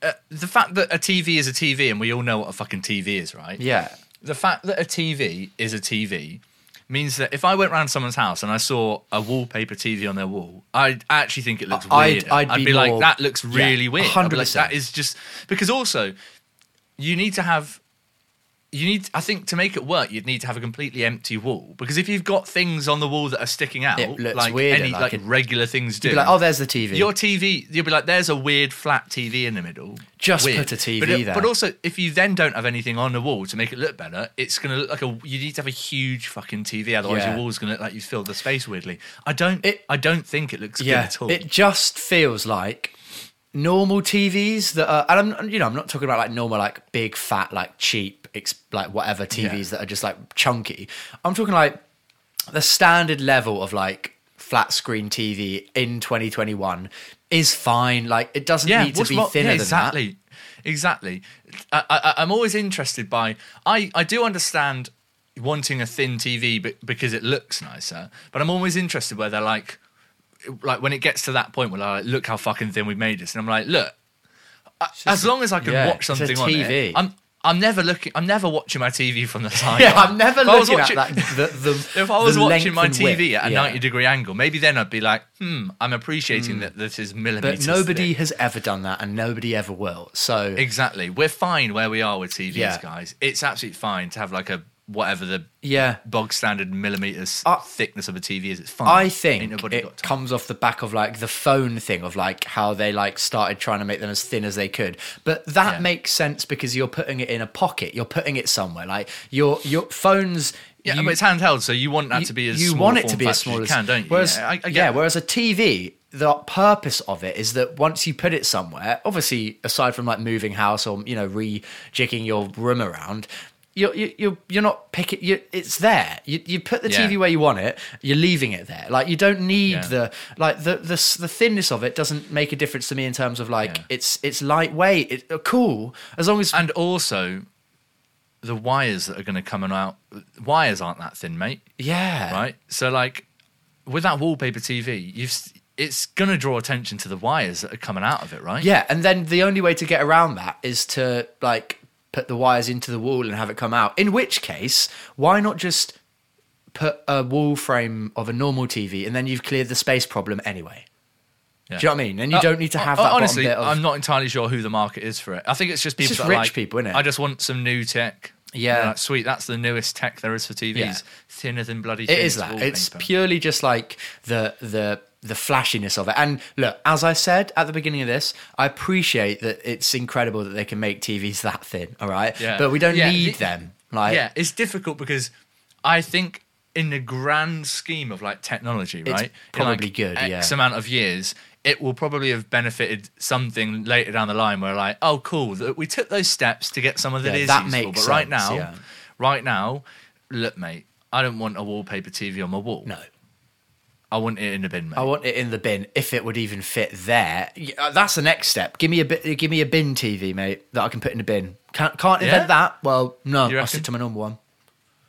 uh, the fact that a TV is a TV, and we all know what a fucking TV is, right?
yeah.
The fact that a TV is a TV means that if I went round someone's house and I saw a wallpaper TV on their wall, I'd I actually think it looks
I'd-
weird.
I'd be
like,
more-
that looks
yeah,
really weird. I'd be like,
100%.
that is just because also you need to have. You need, I think, to make it work, you'd need to have a completely empty wall because if you've got things on the wall that are sticking out,
It looks
like
weirder,
any
like
like,
it-
regular things do,
Be like, oh, there's the TV.
your TV, you'll be like, there's a weird flat TV in the middle.
Just
Weird.
put a TV
but it-
there.
But also, if you then don't have anything on the wall to make it look better, it's going to look like a. You need to have a huge fucking TV, otherwise
Yeah.
your wall's going to look like you filled the space weirdly. I don't.
It-
I don't think it looks good
yeah,
at all.
it just feels like normal TVs that are, and I'm you know I'm not talking about like normal like big fat like cheap ex, like whatever TVs that are just like chunky. I'm talking like the standard level of like flat screen TV in 2021 is fine. Like it doesn't
yeah,
need to
what's
be
wrong-
thinner
yeah,
than that.
exactly, exactly. I, I, I'm always interested by. I, I do understand wanting a thin TV be- because it looks nicer, but I'm always interested where they're like, like when it gets to that point where they're like, look how fucking thin we've made this, and I'm like, look, I- as long as I can
yeah,
watch
it's a
something on
TV.
it, I'm. I'm never looking. I'm never watching my TV from the side.
Yeah, I'm never
If I was
looking
watching-
at that. The, the,
if I was
the length
watching my
and
TV
width,
at a
yeah.
90 degree angle, maybe then I'd be like, hmm, I'm appreciating that this is
But
millimeters.
nobody
thick.
has ever done that, and nobody ever will. So
Exactly. We're fine where we are with TVs,
Yeah.
guys. It's absolutely fine to have like a whatever the
yeah,
bog standard millimeters
I-
thickness of a TV is. It's fine.
Uh, I
Ain't
think
nobody got
it
time.
comes off the back of like the phone thing of like how they like started trying to make them as thin as they could. But that
Yeah.
makes sense because you're putting it in a pocket. You're putting it somewhere. Like your your phones.
yeah,
you-
but it's handheld, so you want that to be as
you
small
want it
form
to be as
factor
small as
you can, don't you?
Whereas,
yeah, I, I get
yeah,
that.
whereas a TV, the purpose of it is that once you put it somewhere, obviously aside from like moving house or you know rejigging your room around. You're, you- you're, you're not picking, you it's there. You, you put the
Yeah.
TV where you want it, you're leaving it there. Like, you don't need
Yeah.
the, like, the, the s- the thinness of it doesn't make a difference to me in terms of, like,
Yeah.
it's it's lightweight, it, uh, cool, as long as,
and also the wires that are going to come and out. Wires aren't that thin, mate.
yeah.
right? So like with that wallpaper TV, you've s- it's going to draw attention to the wires that are coming out of it, right?
Yeah, and then the only way to get around that is to like put the wires into the wall and have it come out. In which case, why not just put a wall frame of a normal TV and then you've cleared the space problem anyway?
Yeah.
Do you know what I mean? And you
Uh,
don't need to have
uh,
that
honestly,
bottom bit of
I'm not entirely sure who the market is for it. I think it's just people
just
that are
rich
like,
people, innit?
I just want some new tech. And
Yeah.
they're like, sweet. That's the newest tech there is for TVs.
Yeah.
Thinner than bloody.
It
thin,
is that. It's
wallpaper.
purely just like the the the flashiness of it. And look, as I said at the beginning of this, I appreciate that it's incredible that they can make TVs that thin, all right?
Yeah.
But we don't
Yeah,
need
the-
them. Like
yeah, it's difficult because I think in the grand scheme of like technology, right? in, like,
probably good,
X
yeah.
amount of years, it will probably have benefited something later down the line where like, oh, cool, th- we took those steps to get someone that
Yeah,
is
that
useful.
makes
but right
sense,
now,
yeah.
right now, look, mate, I don't want a wallpaper TV on my wall.
no.
I want it in the bin, mate.
I want it in the bin if it would even fit there. Yeah, That's the next step. Give me a bit. Give me a bin TV, mate, that I can put in a bin. Can't can't invent
Yeah?
that. Well, no,
You
I will
reckon?
stick to my number one.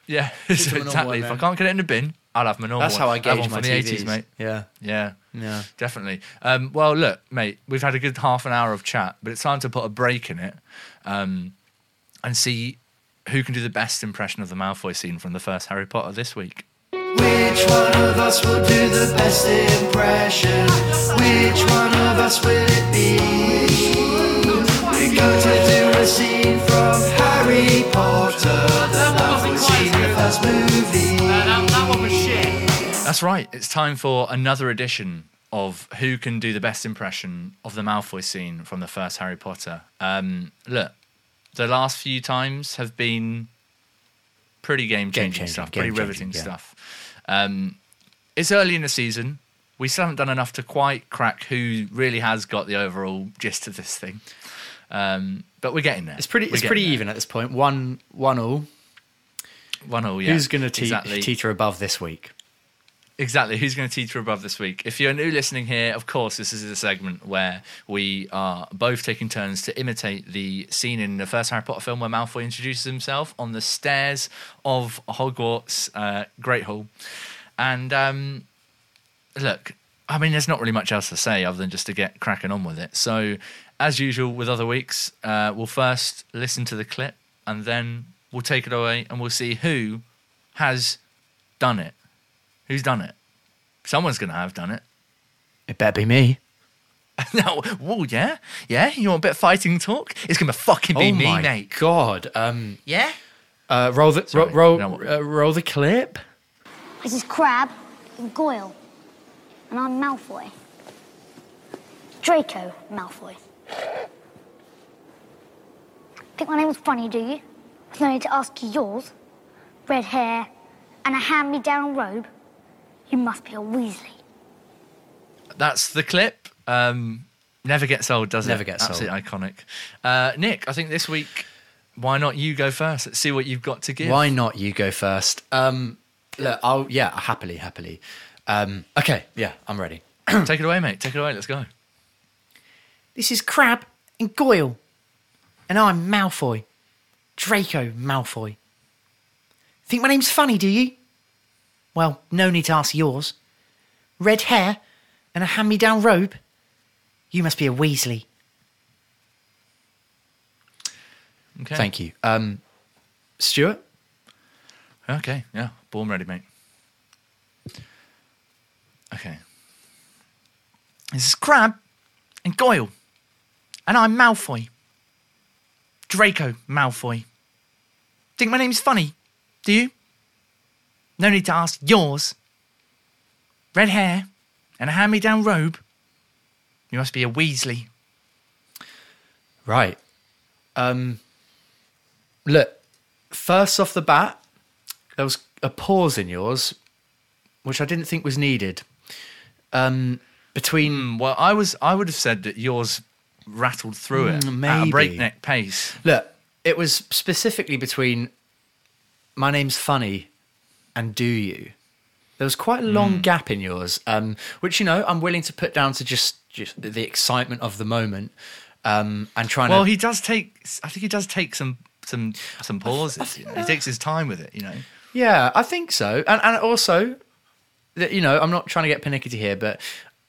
yeah,
a normal
exactly.
one
if I
then.
can't get it in the bin, I'll have my normal.
That's
one.
how I
I'll have
gauge
one
my
from the
TVs,
eighties, mate.
Yeah,
Yeah.
Yeah.
Definitely. Um, well, look, mate, we've had a good half an hour of chat, but it's time to put a break in it um, and see who can do the best impression of the Malfoy scene from the first Harry Potter this week.
Which one of us will do the best impression? Which one of us will it be? We're going to do a scene from Harry Potter, the Malfoy scene, the first movie.
That's right. It's time for another edition of who can do the best impression of the Malfoy scene from the first Harry Potter. Um, look, the last few times have been pretty game changing
Game-changing,
stuff, pretty
game-changing,
riveting
yeah.
stuff. Um, it's early in the season. we still haven't done enough to quite crack who really has got the overall gist of this thing. Um, but we're getting there.
It's pretty.
We're
It's
getting
pretty
there.
even at this point. One, one all.
One all, yeah.
Who's going to te-
exactly.
teeter above this week?
Exactly. Who's going to teeter above this week? If you're new listening here, of course, this is a segment where we are both taking turns to imitate the scene in the first Harry Potter film where Malfoy introduces himself on the stairs of Hogwarts uh, Great Hall. And um, look, I mean, there's not really much else to say other than just to get cracking on with it. So, as usual with other weeks, uh, we'll first listen to the clip and then we'll take it away and we'll see who has done it. Who's done it? Someone's going to have done it.
It better be me.
no, whoa, yeah? Yeah? You want a bit of fighting talk? It's going to fucking be
oh
me,
my
mate.
god. Um.
Yeah?
Uh, roll the
Sorry,
roll
no,
roll,
what-
uh, roll the clip.
This is Crab and Goyle, and I'm Malfoy. Draco Malfoy. Think my name is funny, do you? There's no need to ask you yours. Red hair and a hand-me-down robe. You must be a Weasley.
That's the clip. Um, never gets old, does
Never
it?
gets old.
Absolutely iconic. Uh, Nick, I think this week, why not you go first? Let's see what you've got to give.
Why not you go first? Um. Look, I'll yeah, happily, happily. Um. Okay. Yeah, I'm ready.
Take it away, mate. Take it away. Let's go.
This is Crab and Goyle, and I'm Malfoy, Draco Malfoy. Think my name's funny, do you? Well, no need to ask yours. Red hair and a hand me down robe. You must be a Weasley.
Okay.
Thank you. Um, Stuart?
you. Okay. Yeah. Born ready, mate. Okay. This is Crab and Goyle, and I'm Malfoy. Draco Malfoy. Think my name's funny, do you? No need to ask yours. Red hair and a hand me down robe. You must be a Weasley.
Right. Um, look, first off the bat, there was a pause in yours, which I didn't think was needed. Um, between
Hmm, Well, I was I would have said that yours rattled through it
Mm,
at
maybe.
a breakneck pace.
Look, it was specifically between my name's funny and do you. There was quite a long
Hmm.
gap in yours, um, which you know I'm willing to put down to just just the excitement of the moment um, and trying
Well,
to.
he does take. I think he does take some some some pauses. you know. He takes his time with it. You know.
yeah, I think so, and and also that you know I'm not trying to get pernickety here, but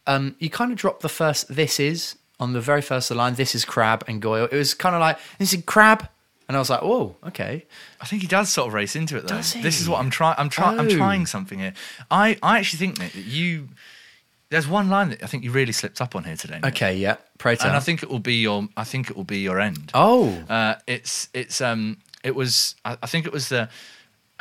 um, you kind of dropped the first this is on the very first line. This is crab and Goyle. It was kind of like this is crab, and I was like, whoa, okay.
I think he does sort of race into it though.
Does
This is
he?
what I'm trying. I'm trying. I'm
Oh.
trying something here. I I actually think Nick, that you. There's one line that I think you really slipped up on here today. Nick.
Okay, yeah, pray tell.
And I think it will be your. I think it will be your end.
oh,
Uh, it's it's um it was I, I think it was the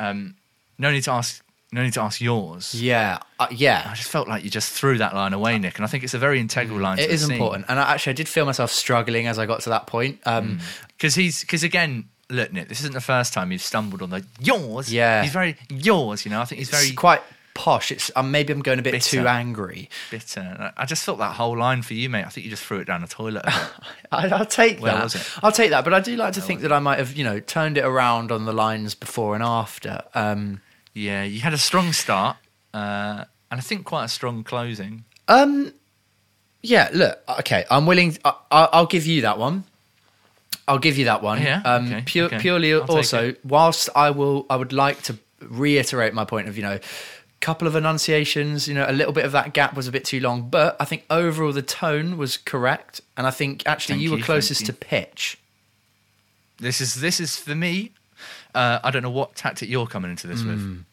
um no need to ask no need to ask yours
yeah, uh, yeah.
I just felt like you just threw that line away, Nick, and I think it's a very integral line.
mm. It is important, and I, actually, I did feel myself struggling as I got to that point. Um,
because he's because again, look, Nick, this isn't the first time you've stumbled on the yours.
Yeah.
he's very yours. You know, I think he's
It's
very
quite posh. It's um, maybe I'm going a bit too
Bitter.
angry.
bitter. And I- I just felt that whole line for you, mate. I think you just threw it down the toilet. a bit.
I, I'll take
Where
that.
was it?
I'll take that, but I do like to think that I might have, you know, turned it around on the lines before and after. Um,
yeah, you had a strong start, uh, and I think quite a strong closing.
yeah, look, uh, okay, I'm willing. I, I, I'll give you that one. I'll give you that one.
Yeah,
Um,
okay,
pu-
okay.
Purely
I'll take
also, whilst I will, I would like to reiterate my point of you know, couple of enunciations. You know, a little bit of that gap was a bit too long, but I think overall the tone was correct, and I think actually
Thank
you, were
you,
closest
thank
to
you.
pitch.
This is this is for me. Uh, I don't know what tactic you're coming into this
Mm.
with,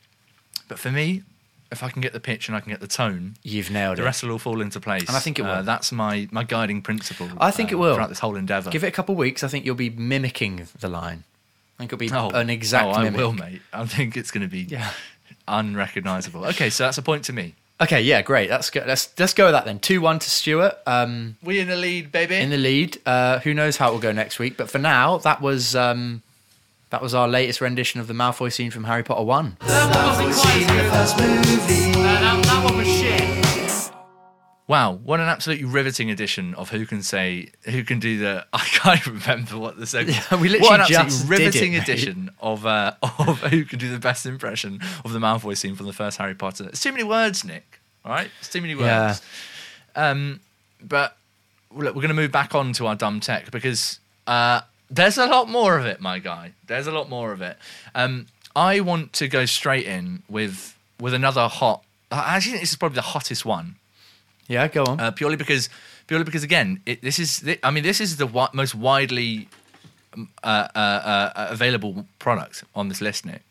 but for me, if I can get the pitch and I can get the tone,
You've nailed
the
it.
rest will all fall into place.
And I think it will.
Uh, that's my my guiding principle.
I think
uh,
it will.
throughout this whole endeavour.
Give it a couple of weeks. I think you'll be mimicking the line. I think it'll be
oh,
an exact.
Oh, I
mimic.
will, mate. I think it's going to be
Yeah.
unrecognisable. Okay, so that's a point to me.
Okay, yeah, great. That's good. Let's let's go with that then. Two one to Stuart. Um,
We in the lead, baby.
in the lead. Uh, who knows how it will go next week? But for now, that was um, that was our latest rendition of the Malfoy scene from Harry Potter One.
That was the first movie.
Wow, what an absolutely riveting edition of who can say who can do the I can't even remember what the second.
Yeah, we
what an
literally
absolutely
just did it,
riveting
mate.
edition of uh, of who can do the best impression of the Malfoy scene from the first Harry Potter. It's too many words, Nick. All right, it's too many words.
Yeah.
Um, but well, look, we're going to move back on to our dumb tech because uh, there's a lot more of it, my guy. There's a lot more of it. Um, I want to go straight in with with another hot. I actually think this is probably the hottest one
Yeah, go on.
uh, purely because purely because again it, this is thi- I mean this is the wi- most widely um, uh, uh, uh, available product on this list, Nick.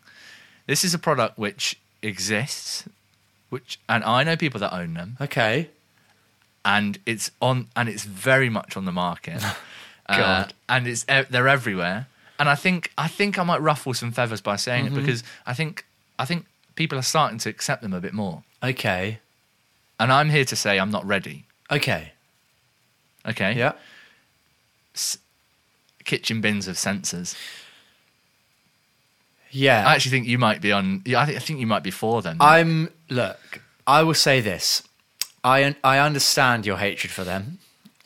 This is a product which exists, which and I know people that own them,
okay.
and it's on and it's very much on the market. Uh,
God.
and it's e- they're everywhere. And I think I think I might ruffle some feathers by saying it
Mm-hmm.
because I think I think people are starting to accept them a bit more.
Okay.
And I'm here to say I'm not ready.
Okay.
Okay.
Yeah.
Kitchen bins of sensors.
Yeah.
I actually think you might be on. Yeah, I think I think you might be for them.
I'm look. I will say this. I un- I understand your hatred for them.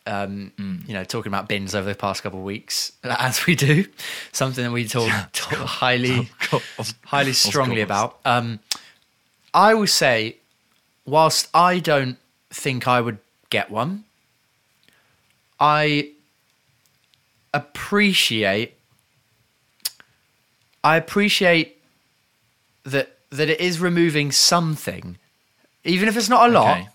Um, You know, talking about bins over the past couple of weeks, as we do, something that we talk, talk highly,
course, of
highly strongly
course.
about. Um, I will say, whilst I don't think I would get one, I appreciate. I appreciate that that it is removing something, even if it's not a lot.
Okay.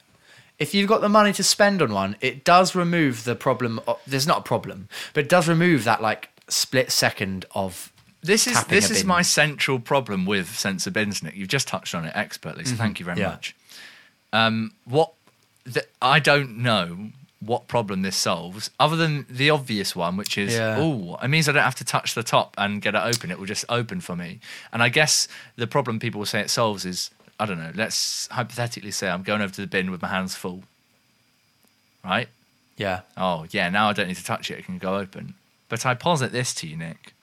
If you've got the money to spend on one, it does remove the problem. o there's not a problem, but it does remove that like split second of
this is
tapping
this
a
is
bin.
my central problem with sensor bins, Nick. You've just touched on it expertly, so thank you very
Mm-hmm. Yeah.
much. Um, what the, I don't know what problem this solves, other than the obvious one, which is
Yeah.
oh, it means I don't have to touch the top and get it open. It will just open for me. And I guess the problem people will say it solves is I don't know. Let's hypothetically say I'm going over to the bin with my hands full, right?
yeah.
Oh, yeah, now I don't need to touch it. It can go open. But I posit this to you, Nick.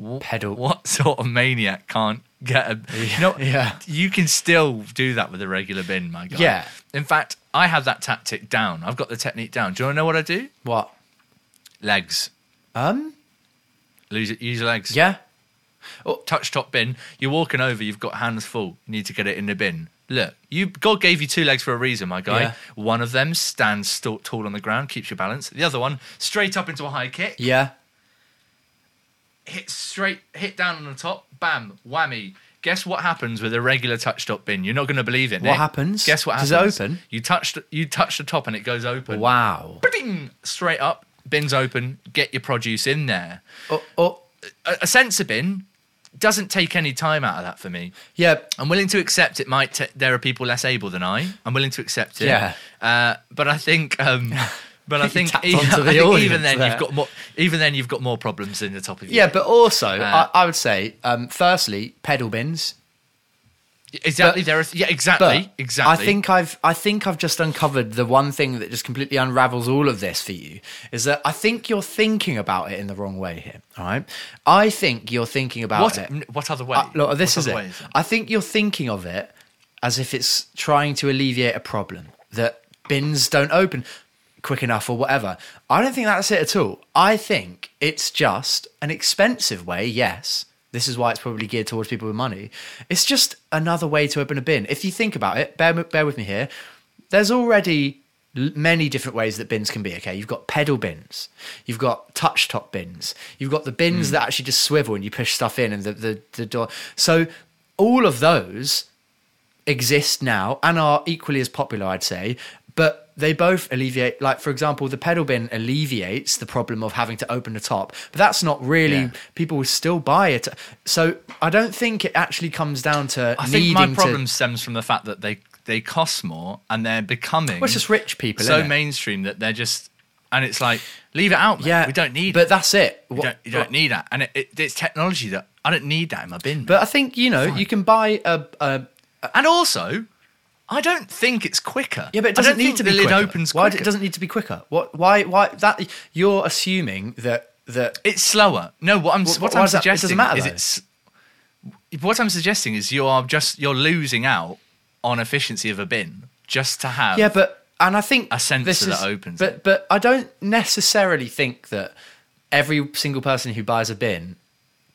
Wh-
Pedal.
What sort of maniac can't get a. You know,
yeah.
You can still do that with a regular bin, my guy.
Yeah.
In fact, I have that tactic down. I've got the technique down. Do you want to know what I do?
What?
Legs.
Um.
Lose it, use your legs.
Yeah.
Oh, Touch top bin. You're walking over, you've got hands full. You need to get it in the bin. Look, you God gave you two legs for a reason, my guy.
Yeah.
One of them stands still, tall on the ground, keeps your balance. The other one, straight up into a high kick.
Yeah.
hit straight, hit down on the top, bam, whammy. Guess what happens with a regular touch top bin? You're not going to believe it.
What
Nick.
happens?
Guess what
Does
happens?
it open?
You touch, the- you touch the top and it goes open.
Wow.
Ding! Straight up, bin's open. Get your produce in there.
Oh, oh,
A, a sensor bin doesn't take any time out of that for me.
yeah.
I'm willing to accept it might. T- there are people less able than I. I'm willing to accept it.
Yeah.
Uh, but I think. Um, but I think,
tapped
even,
onto
I
the
think even
audience
then
there.
you've got more. Even then you've got more problems in the top of your
Yeah, but also,
Uh,
I, I would say, um, firstly, pedal bins.
Exactly.
But-
there are yeah. Exactly.
But
exactly.
I think I've I think I've just uncovered the one thing that just completely unravels all of this for you is that I think you're thinking about it in the wrong way here. All right, I think you're thinking about
What?
it.
n- What other way?
Uh, look, this
What
is
other
it.
way is
I think you're thinking of it as if it's trying to alleviate a problem that bins don't open quick enough or whatever. I don't think that's it at all. I think it's just an expensive way, yes. This is why it's probably geared towards people with money. It's just another way to open a bin. If you think about it, bear, bear with me here. There's already l- many different ways that bins can be. Okay, you've got pedal bins, you've got touch top bins, you've got the
Hmm.
bins that actually just swivel and you push stuff in and the, the, the door. So all of those exist now and are equally as popular, I'd say. But they both alleviate, like for example, the pedal bin alleviates the problem of having to open the top, but that's not really.
Yeah.
People will still buy it, so I don't think it actually comes down to
I
needing
think my
to.
problem stems from the fact that they they cost more and they're becoming.
Well, it's just rich people,
So
innit?
mainstream that they're just, and it's like leave it out. mate.
Yeah,
we don't need.
But
it.
that's it.
you don't, you don't need that, and it, it, it's technology that I don't need that in my bin.
But I think you know you can buy a. a
and also. I don't think it's quicker.
yeah, but it
I
doesn't
don't
need
think
to be
the lid
quicker.
opens
why
quicker.
d- it doesn't need to be quicker? What? Why? Why that? You're assuming that that
It's slower. No, what I'm
Wh-
what
why
I'm
is that- it doesn't
suggesting
matter,
is
though.
it's what I'm suggesting is you are just you're losing out on efficiency of a bin just to have
Yeah, but and I think
A sensor
this
that
is-
opens
But but I don't necessarily think that every single person who buys a bin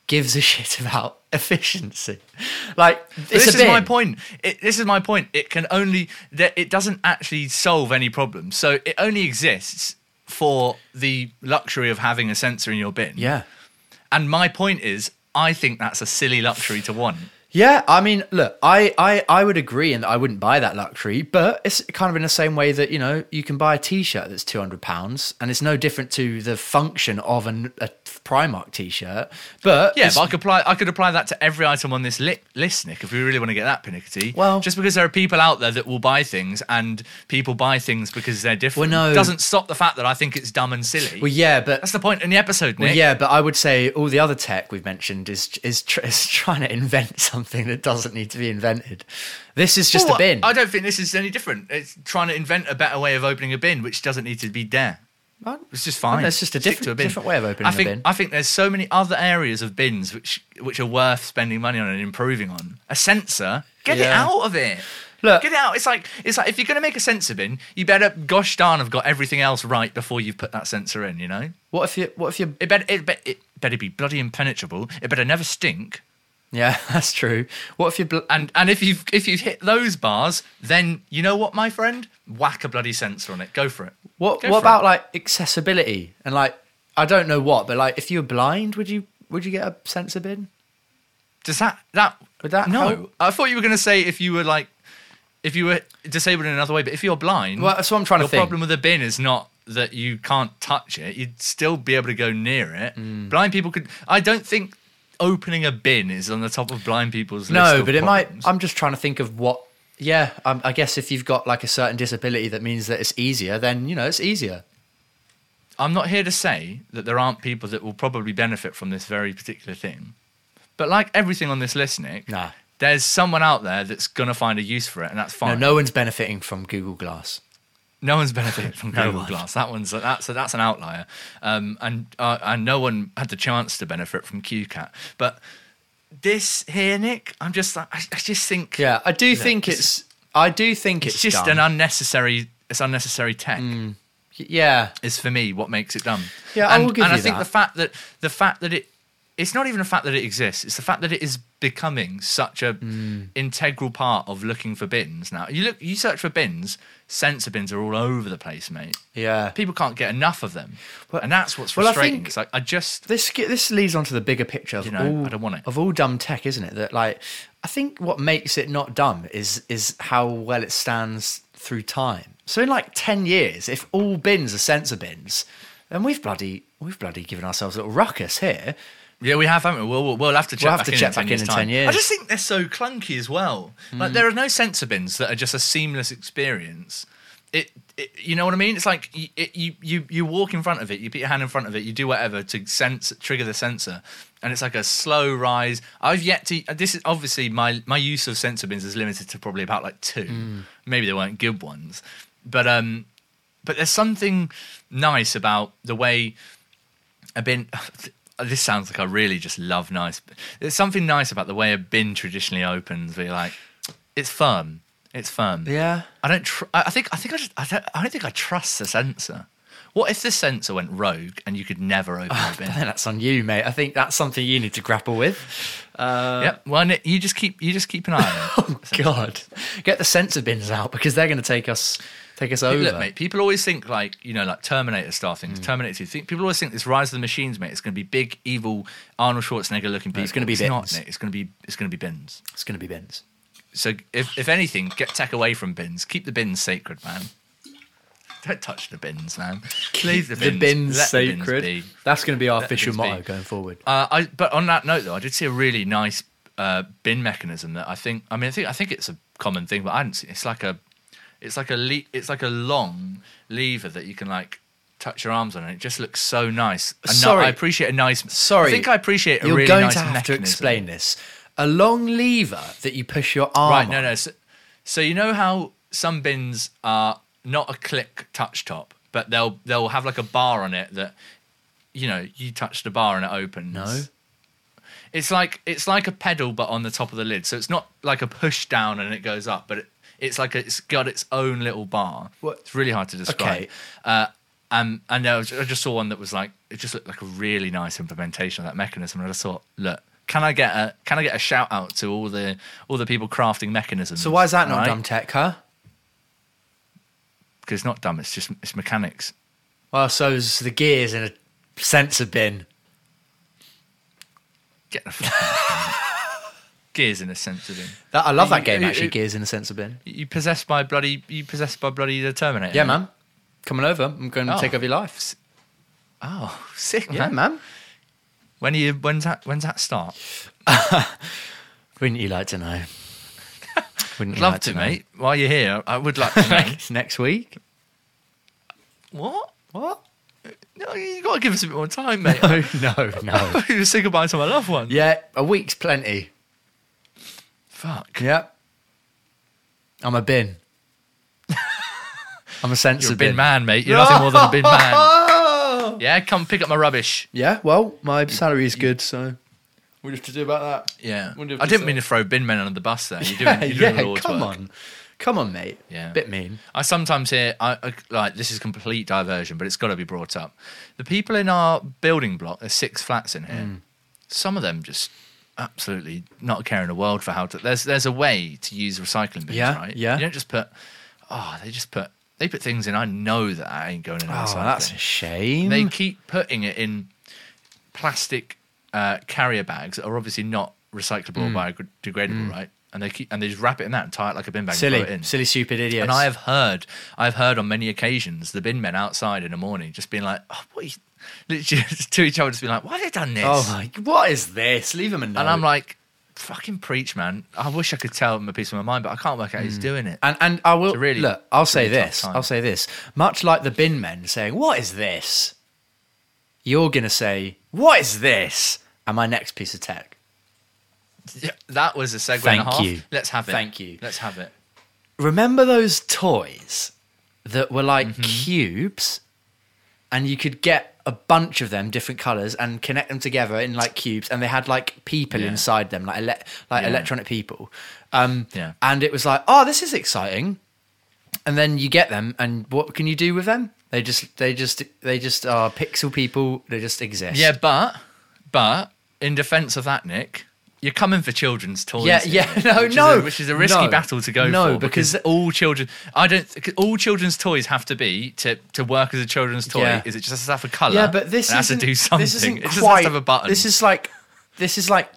gives a shit about efficiency. Like it's
this
a
is my
bin.
point. It, this is my point. It can only that it doesn't actually solve any problem. So it only exists for the luxury of having a sensor in your bin.
Yeah.
And my point is, I think that's a silly luxury to want.
Yeah, I mean, look, I, I, I would agree in that I wouldn't buy that luxury, but it's kind of in the same way that, you know, you can buy a t shirt that's £200 and it's no different to the function of an, a Primark t shirt. But
Yeah,
it's-
but I could apply. I could apply that to every item on this li- list, Nick. If we really want to get that pernickety,
Well-
just because there are people out there that will buy things, and people buy things because they're different,
Well, no.
doesn't stop the fact that I think it's dumb and silly.
well, yeah, but
that's the point in the episode, Nick.
Well, yeah, but I would say all the other tech we've mentioned is is, tr- is trying to invent something that doesn't need to be invented. This is just
Well,
a bin.
I don't think this is any different. It's trying to invent a better way of opening a bin, which doesn't need to be there. It's just fine.
That's just a
Stick
different-
to bin.
different way of opening
I
a
think,
bin.
I think there's so many other areas of bins which which are worth spending money on and improving on. A sensor, get it
Yeah.
out of it.
Look-
get it out. It's like it's like if you're going to make a sensor bin, you better gosh darn have got everything else right before you put that sensor in. You know,
What if you? What if you?
it better it, be, it better be bloody impenetrable. It better never stink.
Yeah, that's true. What if you? Bl-
And and if you've if you've hit those bars, then you know what, my friend, whack a bloody sensor on it. Go for it.
what
Go
What
for it.
about like accessibility and like I don't know what, but like if you were blind, would you would you get a sensor bin?
Does that that
Would that
no?
help?
I thought you were going to say if you were like if you were disabled in another way, but if you're blind,
Well, that's what I'm trying to
your
think.
problem with a bin is not that you can't touch it; you'd still be able to go near it.
Mm.
Blind people could. I don't think opening a bin is on the top of blind people's list.
No,
of
but it
problems.
might. I'm just trying to think of what. Yeah, um, I guess if you've got like a certain disability that means that it's easier, then you know it's easier.
I'm not here to say that there aren't people that will probably benefit from this very particular thing. But like everything on this list, Nick,
Nah.
there's someone out there that's going to find a use for it, and that's
No,
fine.
no one's benefiting from Google Glass.
No one's benefiting from
No
Google
one.
Glass. That one's that's that's an outlier, um, and uh, and no one had the chance to benefit from QCAT. But this here, Nick, I'm just like, I, I just think
Yeah, I do think
this
it's. I do think it's, Mm.
it's just
dumb.
an unnecessary it's unnecessary tech
yeah,
is for me what makes it dumb.
Yeah, I
and,
will give
and I
you
think
that.
the fact that the fact that it it's not even the fact that it exists; it's the fact that it is becoming such a
Mm.
integral part of looking for bins. Now you look, you search for bins, sensor bins are all over the place, mate.
yeah.
people can't get enough of them,
Well-
and that's what's
well, I
frustrating.
think-
it's like I just
This ge- this leads on to the bigger picture of
You know,
all
I don't want it.
of all dumb tech, isn't it? That like I think what makes it not dumb is is how well it stands through time. So in like ten years, if all bins are sensor bins, then we've bloody we've bloody given ourselves a little ruckus here.
yeah, we have, haven't we? We'll, we'll, we'll have to check
have
back
to
in,
check
in, 10,
back
years
in in 10
time.
years. Hmm.
I just think they're so clunky as well. Like there are no sensor bins that are just a seamless experience. It, it you know what I mean? It's like you, it, you you you walk in front of it, you put your hand in front of it, you do whatever to sense trigger the sensor, and it's like a slow rise. I've yet to. This is obviously my my use of sensor bins is limited to probably about like two.
Hmm.
Maybe they weren't good ones, but um, but there's something nice about the way a bin. This sounds like I really just love nice. There's something nice about the way a bin traditionally opens. Where you're like, it's firm. It's firm.
Yeah.
I don't. Tr- I I think. I think. I just. I don't, I don't think I trust the sensor. What if the sensor went rogue and you could never open a bin?
And that's on you, mate. I think that's something you need to grapple with.
yep. Well, Nick, you just keep. You just keep an eye on it.
God, get the sensor bins out because they're going to take us take us over. Mm.
Look, mate, people always think like, you know, like Terminator style things, Terminator 2. Think, people always think this Rise of the Machines, mate, it's going to be big, evil, Arnold Schwarzenegger looking people.
it's gonna be
it's not,
bins.
mate. It's going to be, it's going to be bins.
It's going to be bins.
So if, if anything, get tech away from bins. Keep the bins sacred, man. Don't touch the bins, man. Leave the bins. Let the bins be.
That's going to be our
the
official
bins be.
motto going forward.
Uh, I, but on that note, though, I did see a really nice uh, bin mechanism that I think. I mean, I think I think it's a common thing, but I hadn't seen. It's like a, it's like a le- it's like a long lever that you can like touch your arms on, and it just looks so nice. And no-
Sorry.
I appreciate a nice.
Sorry,
I think I appreciate a
You're
really
going
nice
to have
mechanism.
to explain this. A long lever that you push your arm.
Right, no,
on.
no. So, so you know how some bins are not a click touch top, but they'll they'll have like a bar on it that you know you touch the bar and it opens.
No.
It's like it's like a pedal, but on the top of the lid. So it's not like a push down and it goes up, but it, It's like a, it's got its own little bar.
What-
It's really hard to describe.
Okay.
Uh, um, and I, was, I just saw one that was like it just looked like a really nice implementation of that mechanism, and I just thought, look, can I get a can I get a shout out to all the all the people crafting mechanisms?
So why is that not
right?
dumb tech, huh?
Because it's not dumb. It's just it's mechanics.
Well, so's the gears in a sensor bin.
Get the fuck out. gears in a sense of him.
That, I love
It-
that game
it-
actually.
it-
gears in a sensor bin.
You possessed by bloody you possessed by bloody the Terminator.
Yeah, man. Coming over. I'm going to
Oh.
take over your life.
Oh, sick
Yeah,
man.
man.
When are you when's that when's that start?
Wouldn't you like to know? Wouldn't
I'd
you
love
like
to,
know?
mate. While you're here, I would like to know.
Next, next week.
what?
What?
No, you gotta give us a bit more time, mate.
No, no, no.
you say goodbye to my loved one.
Oh. yeah, a week's plenty.
Fuck.
Yep. I'm a bin. I'm a sensor Oh!
You're a bin, man, mate. You're
No.
nothing more than a bin man. Yeah, come pick up my rubbish.
Yeah, well, my salary is good, so what do you have to do about that?
Yeah.
Wonder if
I
it's
didn't
a-
mean to throw bin men under the bus there. You're doing, you're
yeah,
doing Lord's
come
work.
on, come on, mate.
Yeah.
bit mean.
I sometimes hear, I, I like this is complete diversion, but it's got to be brought up. The people in our building block, there's six flats in here.
Mm.
Some of them just absolutely not caring a world for how to. There's there's a way to use recycling bins,
Yeah,
right?
yeah.
You don't just put. Oh, they just put. They put things in. I know that I ain't going in. the
Oh,
recycling.
that's a shame.
They keep putting it in plastic uh, carrier bags that are obviously not recyclable
Mm.
or biodegradable, right? And they keep and they just wrap it in that and tie it like a bin bag. and throw it
silly,
in.
silly, stupid idiots.
And I have heard, I've heard on many occasions the bin men outside in the morning just being like, oh, what are you, literally just to each other, just being like, why have they done this?
Oh my, what is this? Leave him a note.
and I'm like, fucking preach, man. I wish I could tell him a piece of my mind, but I can't work out
Mm.
who's doing it.
And and I will
It's a really-
look. I'll
it's a
say
really tough
this.
time.
I'll say this. Much like the bin men saying, "What is this?" You're gonna say, "What is this?" And my next piece of tech.
Yeah, that was a segue
Thank
and a half.
you.
Let's have it.
Thank you.
Let's have it.
Remember those toys that were like
Mm-hmm.
cubes, and you could get a bunch of them, different colors, and connect them together in like cubes, and they had like people
Yeah.
inside them, like ele- like
Yeah.
electronic people. Um,
Yeah.
And it was like, oh, this is exciting. and then you get them and what can you do with them they just they just they just are pixel people they just exist
Yeah, but, but in defense of that, Nick, you're coming for children's toys.
Yeah,
here,
yeah, no,
which is
no,
a- which is a risky
no,
battle to go
no,
for. because all children, I don't, think- all children's toys have to be to, to work as a children's toy.
Yeah.
Is it just has to have a color?
yeah but this
it has to
isn't,
do something.
this isn't
it just
quite
has to have a button.
this is like this is like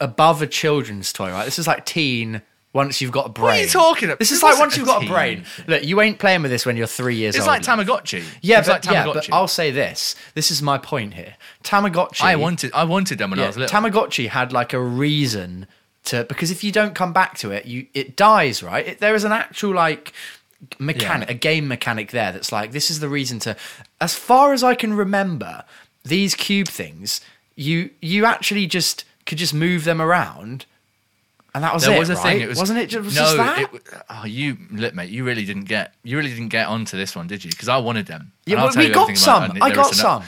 above a children's toy right this is like teen once you've got a brain
are you talking about?
this is
It
like
wasn't
once
a
you've got a
teen
brain look you ain't playing with this when you're three years
it's
old
like Tamagotchi.
yeah,
it's
but,
like
yeah,
Tamagotchi.
but I'll say this. This is my point here. Tamagotchi.
I wanted, I wanted them when I was
Yeah,
little.
Oh, Tamagotchi had like a reason to because if you don't come back to it, you it dies, right? It, there is an actual like mechanic,
Yeah.
a game mechanic there that's like this is the reason to. As far as I can remember, these cube things, you you actually just could just move them around, and that was
there
it.
was a
right?
thing. It was,
wasn't it just, was
no,
just that?
It, w- oh, you look, mate. You really didn't get. You really didn't get onto this one, did you? Because I wanted them. And
yeah,
I'll
we-
tell
we
you
got
everything about
some.
it.
I
There
got
is an-
some.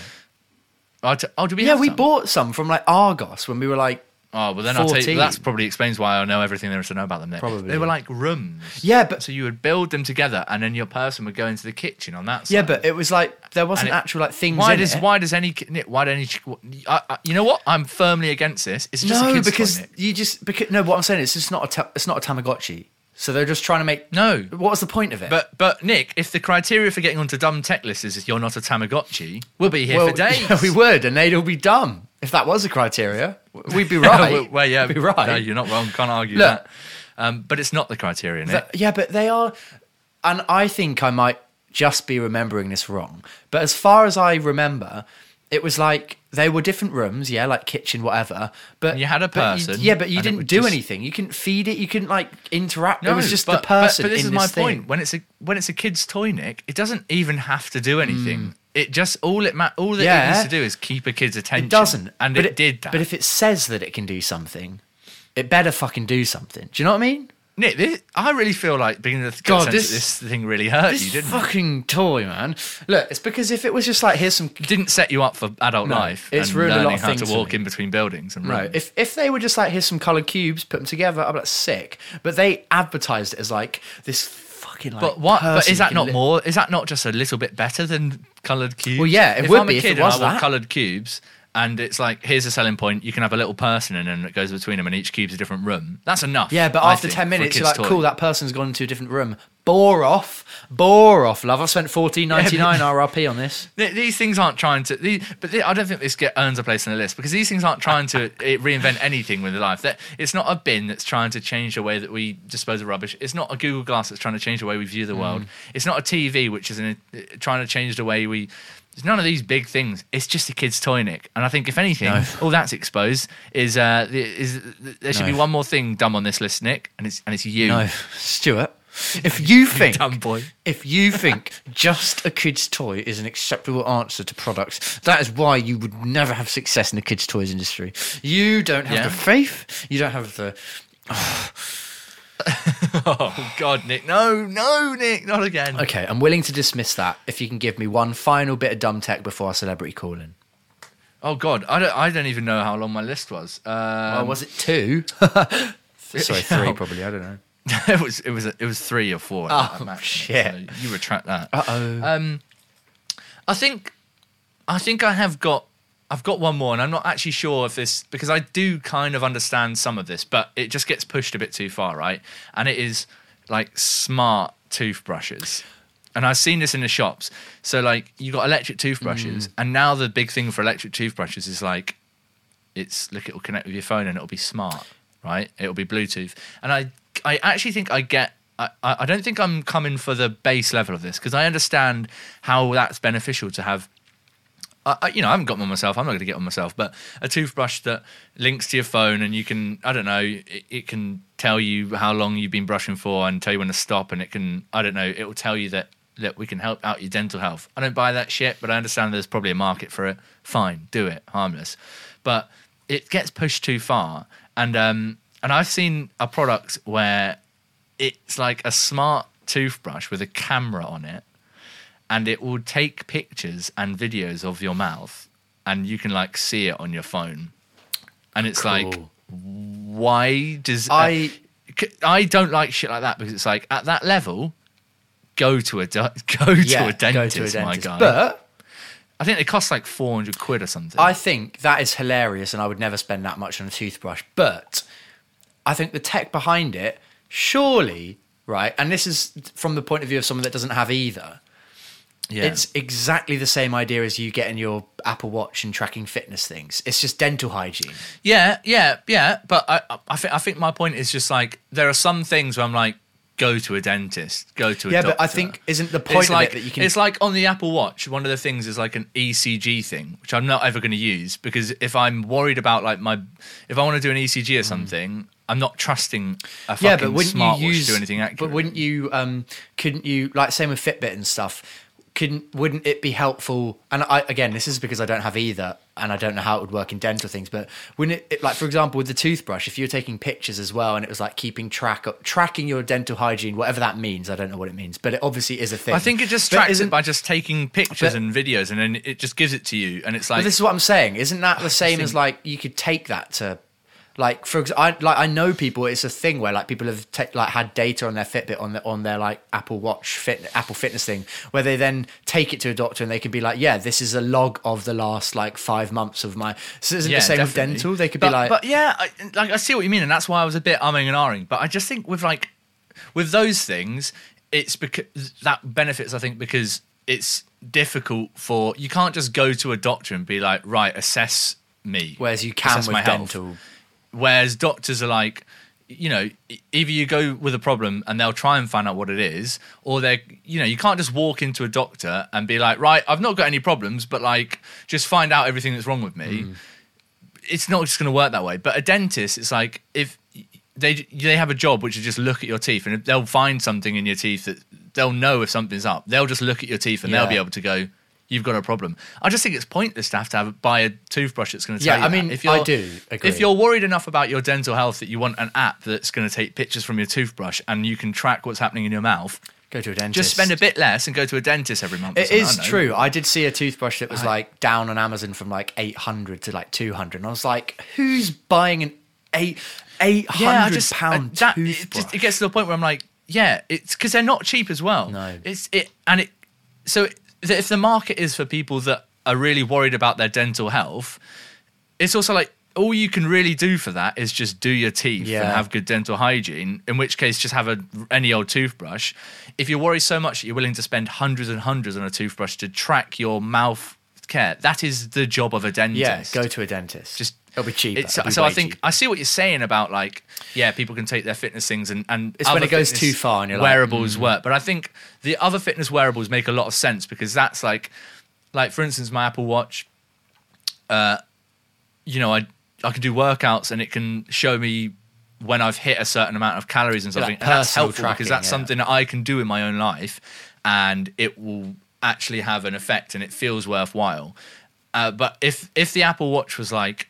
I'll t- oh, do we?
Yeah,
have
we
some?
bought some from like Argos when we were like
Oh, well, then I'll tell
14.
you, that's probably explains why I know everything there is to know about them. Nick.
Probably.
They were like rooms.
Yeah, but-
So you would build them together and then your person would go into the kitchen on that side.
yeah, but it was like there
And
wasn't
it-
actual like things.
Why
in
does
it.
why does any ki- Nick, why do any ch- I, I, you know what I'm firmly against this. It's just a
no,
kid's toy,
because
Nick.
you just because no. What I'm saying is, it's not a ta- it's not a Tamagotchi. So they're just trying to make
No.
What was the point of it?
But but Nick, if the criteria for getting onto dumb tech lists is if you're not a Tamagotchi, we'll be here
well,
for days.
yeah, we would, and they'd all be dumb if that was a criteria. We'd be right.
well, well, yeah,
We'd be right.
No, you're not wrong. Can't argue
Look.
that. Um, but it's not the criteria, Nick.
But- yeah, but they are, and I think I might just be remembering this wrong. But as far as I remember, it was like they were different rooms, yeah, like kitchen, whatever. But
And you had a
but you-
person,
yeah, but you
and it
didn't
would
do
just-
anything. You couldn't feed it. You couldn't like interact. it was just
but-
the person.
But, but this
in
is my
thing.
point. When it's a when it's a kid's toy, Nick, it doesn't even have to do anything. It just all it ma- all that it
Hmm. Yeah.
needs to do is keep a kid's attention.
It doesn't.
and
but
it, did that.
But if it says that it can do something, it better fucking do something. Do you know what I mean?
Nick, this, I really feel like being the
God,
God, this,
this-
this thing really hurt
This
you, didn't it?
fucking toy, man. Look, it's because if it was just like here's some
Didn't set you up for adult
No,
life.
it's
and
ruined a lot
learning
of
how
things
to
for
walk
me.
in between buildings and
No,
run.
if if they were just like here's some colored cubes, put them together, I'd be like sick. But they advertised it as like this fucking like.
But what? But
person
is that
can
not
li-
more? Is that not just a little bit better than coloured cubes?
Well, yeah, it
if
would
I'm
be
a
if
kid
it was
and I want
that.
coloured cubes, and it's like here's a selling point. You can have a little person in, and it goes between them, and each cube's a different room. That's enough.
Yeah, but
I
after
think,
ten
for a
minutes, you're
kid's
like,
toy.
cool, that person's gone into a different room. Bore off, bore off, love. I spent fourteen ninety nine RRP on this.
Th- These things aren't trying to, these, but the- I don't think this get, earns a place in the list because these things aren't trying to eh, reinvent anything with life. That it's not a bin that's trying to change the way that we dispose of rubbish. It's not a Google Glass that's trying to change the way we view the
Mm.
world. It's not a TV which is in a, eh, trying to change the way we. It's none of these big things. It's just a kid's toy, Nick. And I think if anything, all that's exposed is uh, the- is there should be
No.
one more thing dumb on this list, Nick, and it's and it's you.
No, Stuart. If you think,
dumb boy.
if you think just a kid's toy is an acceptable answer to products, that is why you would never have success in the kids' toys industry. You don't have
Yeah.
the faith. You don't have the.
Oh God, Nick, no, no, Nick, not again.
Okay, I'm willing to dismiss that if you can give me one final bit of dumb tech before our celebrity call in.
Oh God, I don't, I don't even know how long my list was. Oh.
Oh,
Um,
was it two? Sorry, three probably. I don't know.
it was it was it was three or four.
Oh,
at max,
shit. Uh,
so you retract that.
Uh-oh.
Um, I think, I think I have got. I've got one more, and I'm not actually sure if this because I do kind of understand some of this, but it just gets pushed a bit too far, right? And it is like smart toothbrushes. And I've seen this in the shops. So like you got electric toothbrushes,
Mm.
and now the big thing for electric toothbrushes is like it's look it'll connect with your phone and it'll be smart right it'll be bluetooth and i i actually think i get I, I I don't think I'm coming for the base level of this because I understand how that's beneficial to have. I, I, you know, I haven't got one myself. I'm not going to get one myself, but a toothbrush that links to your phone and you can, I don't know, it, it can tell you how long you've been brushing for and tell you when to stop. And it can, I don't know, it will tell you that that we can help out your dental health. I don't buy that shit, but I understand there's probably a market for it. Fine, do it, harmless. But it gets pushed too far, and um, and I've seen a product where it's like a smart toothbrush with a camera on it and it will take pictures and videos of your mouth and you can like see it on your phone and it's like
Cool.
why does uh,
I-
c- i don't like shit like that because it's like at that level go to a di- go to a dentist, my guy
But
i think they cost like 400 quid or something
I think that is hilarious, and I would never spend that much on a toothbrush. But I think the tech behind it, surely, right? And this is from the point of view of someone that doesn't have either.
yeah.
It's exactly the same idea as you getting your Apple Watch and tracking fitness things. It's just dental hygiene.
Yeah, yeah, yeah. But I, I- I think I think my point is just like there are some things where I'm like, go to a dentist, go to a
Yeah,
doctor.
but I think isn't the point
it's
of it
like
that you can-
it's like on the Apple Watch. One of the things is like an ECG thing, which I'm not ever going to use because if I'm worried about like my if I want to do an ECG
Mm.
or something, I'm not trusting a fucking smartwatch to do anything accurate.
But wouldn't you? Um, couldn't you? Like same with Fitbit and stuff. Couldn't? Wouldn't it be helpful? And I again, this is because I don't have either, and I don't know how it would work in dental things. But wouldn't it, it like for example with the toothbrush, if you were taking pictures as well, and it was like keeping track of tracking your dental hygiene, whatever that means, I don't know what it means, but it obviously is a thing.
I think it just
But
tracks
isn't-
it by just taking pictures
but-
and videos, and then it just gives it to you, and it's
But
like
this is what I'm saying. Isn't that the same as
think-
like you could take that to, like for example, I, like I know people. It's a thing where like people have ta- like had data on their Fitbit on the, on their like Apple Watch fit Apple Fitness thing, where they then take it to a doctor and they can be like, yeah, this is a log of the last like five months of my. So isn't it the same
definitely.
with dental? They could
but,
be like,
but yeah, I, like I see what you mean, and that's why I was a bit umming and ahhing. But I just think with like with those things, it's because that benefits. I think because it's difficult for you can't just go to a doctor and be like, right, assess me.
whereas you can
assess my
with
health.
dental.
Whereas doctors are like, you know, e- either you go with a problem and they'll try and find out what it is, or they're, you know, you can't just walk into a doctor and be like, right, I've not got any problems, but like, just find out everything that's wrong with me. It's not just going to work that way. But a dentist, it's like if they they have a job which is just look at your teeth and if they'll find something in your teeth that they'll know if something's up. They'll just look at your teeth and
Yeah.
they'll be able to go. you've got a problem. I just think it's pointless to have to have, buy a toothbrush that's going to.
Yeah,
tell you
I
that.
mean,
if
I
you're-
do agree.
If you're worried enough about your dental health that you want an app that's going to take pictures from your toothbrush and you can track what's happening in your mouth,
Go to a dentist.
just spend a bit less and go to a dentist every month. or
It
something,
is
I don't know.
true. I did see a toothbrush that was like down on Amazon from like 800 to like 200. And I was like, who's buying an eight, 800
yeah, I
hundred
just,
pound
I- that,
toothbrush?
It, just, it gets to the point where I'm like, yeah, it's because they're not cheap as well.
No.
it's it and it. So th- if the market is for people that are really worried about their dental health, it's also like all you can really do for that is just do your teeth and
Yeah.
have good dental hygiene. In which case, just have a any old toothbrush. If you're worried so much that you're willing to spend hundreds and hundreds on a toothbrush to track your mouth care, that is the job of a
yeah,
dentist
go to a dentist.
just
It'll be cheaper.
it's-
It'll be
so I
way
think
cheaper.
I see what you're saying about like yeah, people can take their fitness things and and
It's when
other
it goes
fitness
too far and you're like, "Hmm."
wearables work. But I think the other fitness wearables make a lot of sense because that's like like for instance my Apple Watch. Uh, you know I I can do workouts and it can show me when I've hit a certain amount of calories and
Yeah,
something.
like
and that's
personal
helpful
tracking,
because that's
yeah.
something that I can do in my own life, and it will actually have an effect and it feels worthwhile. Uh, but if if the Apple Watch was like,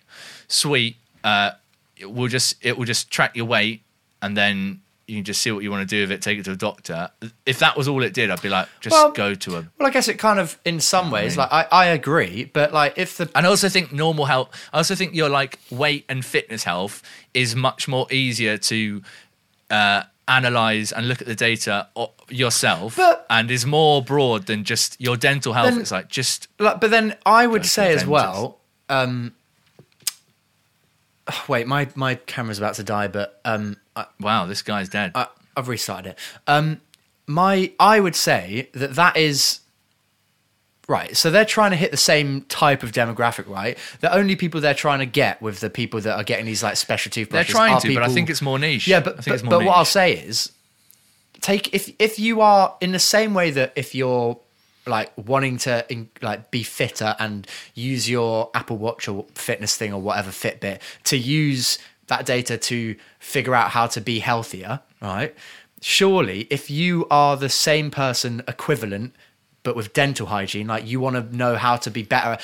sweet, uh, it will just it will just track your weight and then you can just see what you want to do with it, take it to a doctor. If that was all it did, I'd be like, just
Well-
go to a
Well, I guess it kind of, in some ways, like I, I agree, but like if the
and I also think normal health. I also think your like weight and fitness health is much more easier to uh, analyze and look at the data o- yourself,
But-
and is more broad than just your dental health.
Then-
it's like just
Like, but then I would
Go
say
to
as
dentist.
well. Um, wait, my my camera's about to die, but um,
wow, this guy's dead.
I, I've restarted it. Um, my I would say that that is right. So they're trying to hit the same type of demographic, right? The only people they're trying to get with the people that are getting these like special
They're
toothbrushes.
trying
are
to, but I
people-
think it's more niche.
yeah,
I
but
think
but,
it's more
but what I'll
niche.
say is, take if if you are in the same way that if you're like wanting to in, like be fitter and use your Apple Watch or fitness thing or whatever Fitbit to use that data to figure out how to be healthier, right? Surely, if you are the same person equivalent but with dental hygiene, like you want to know how to be better.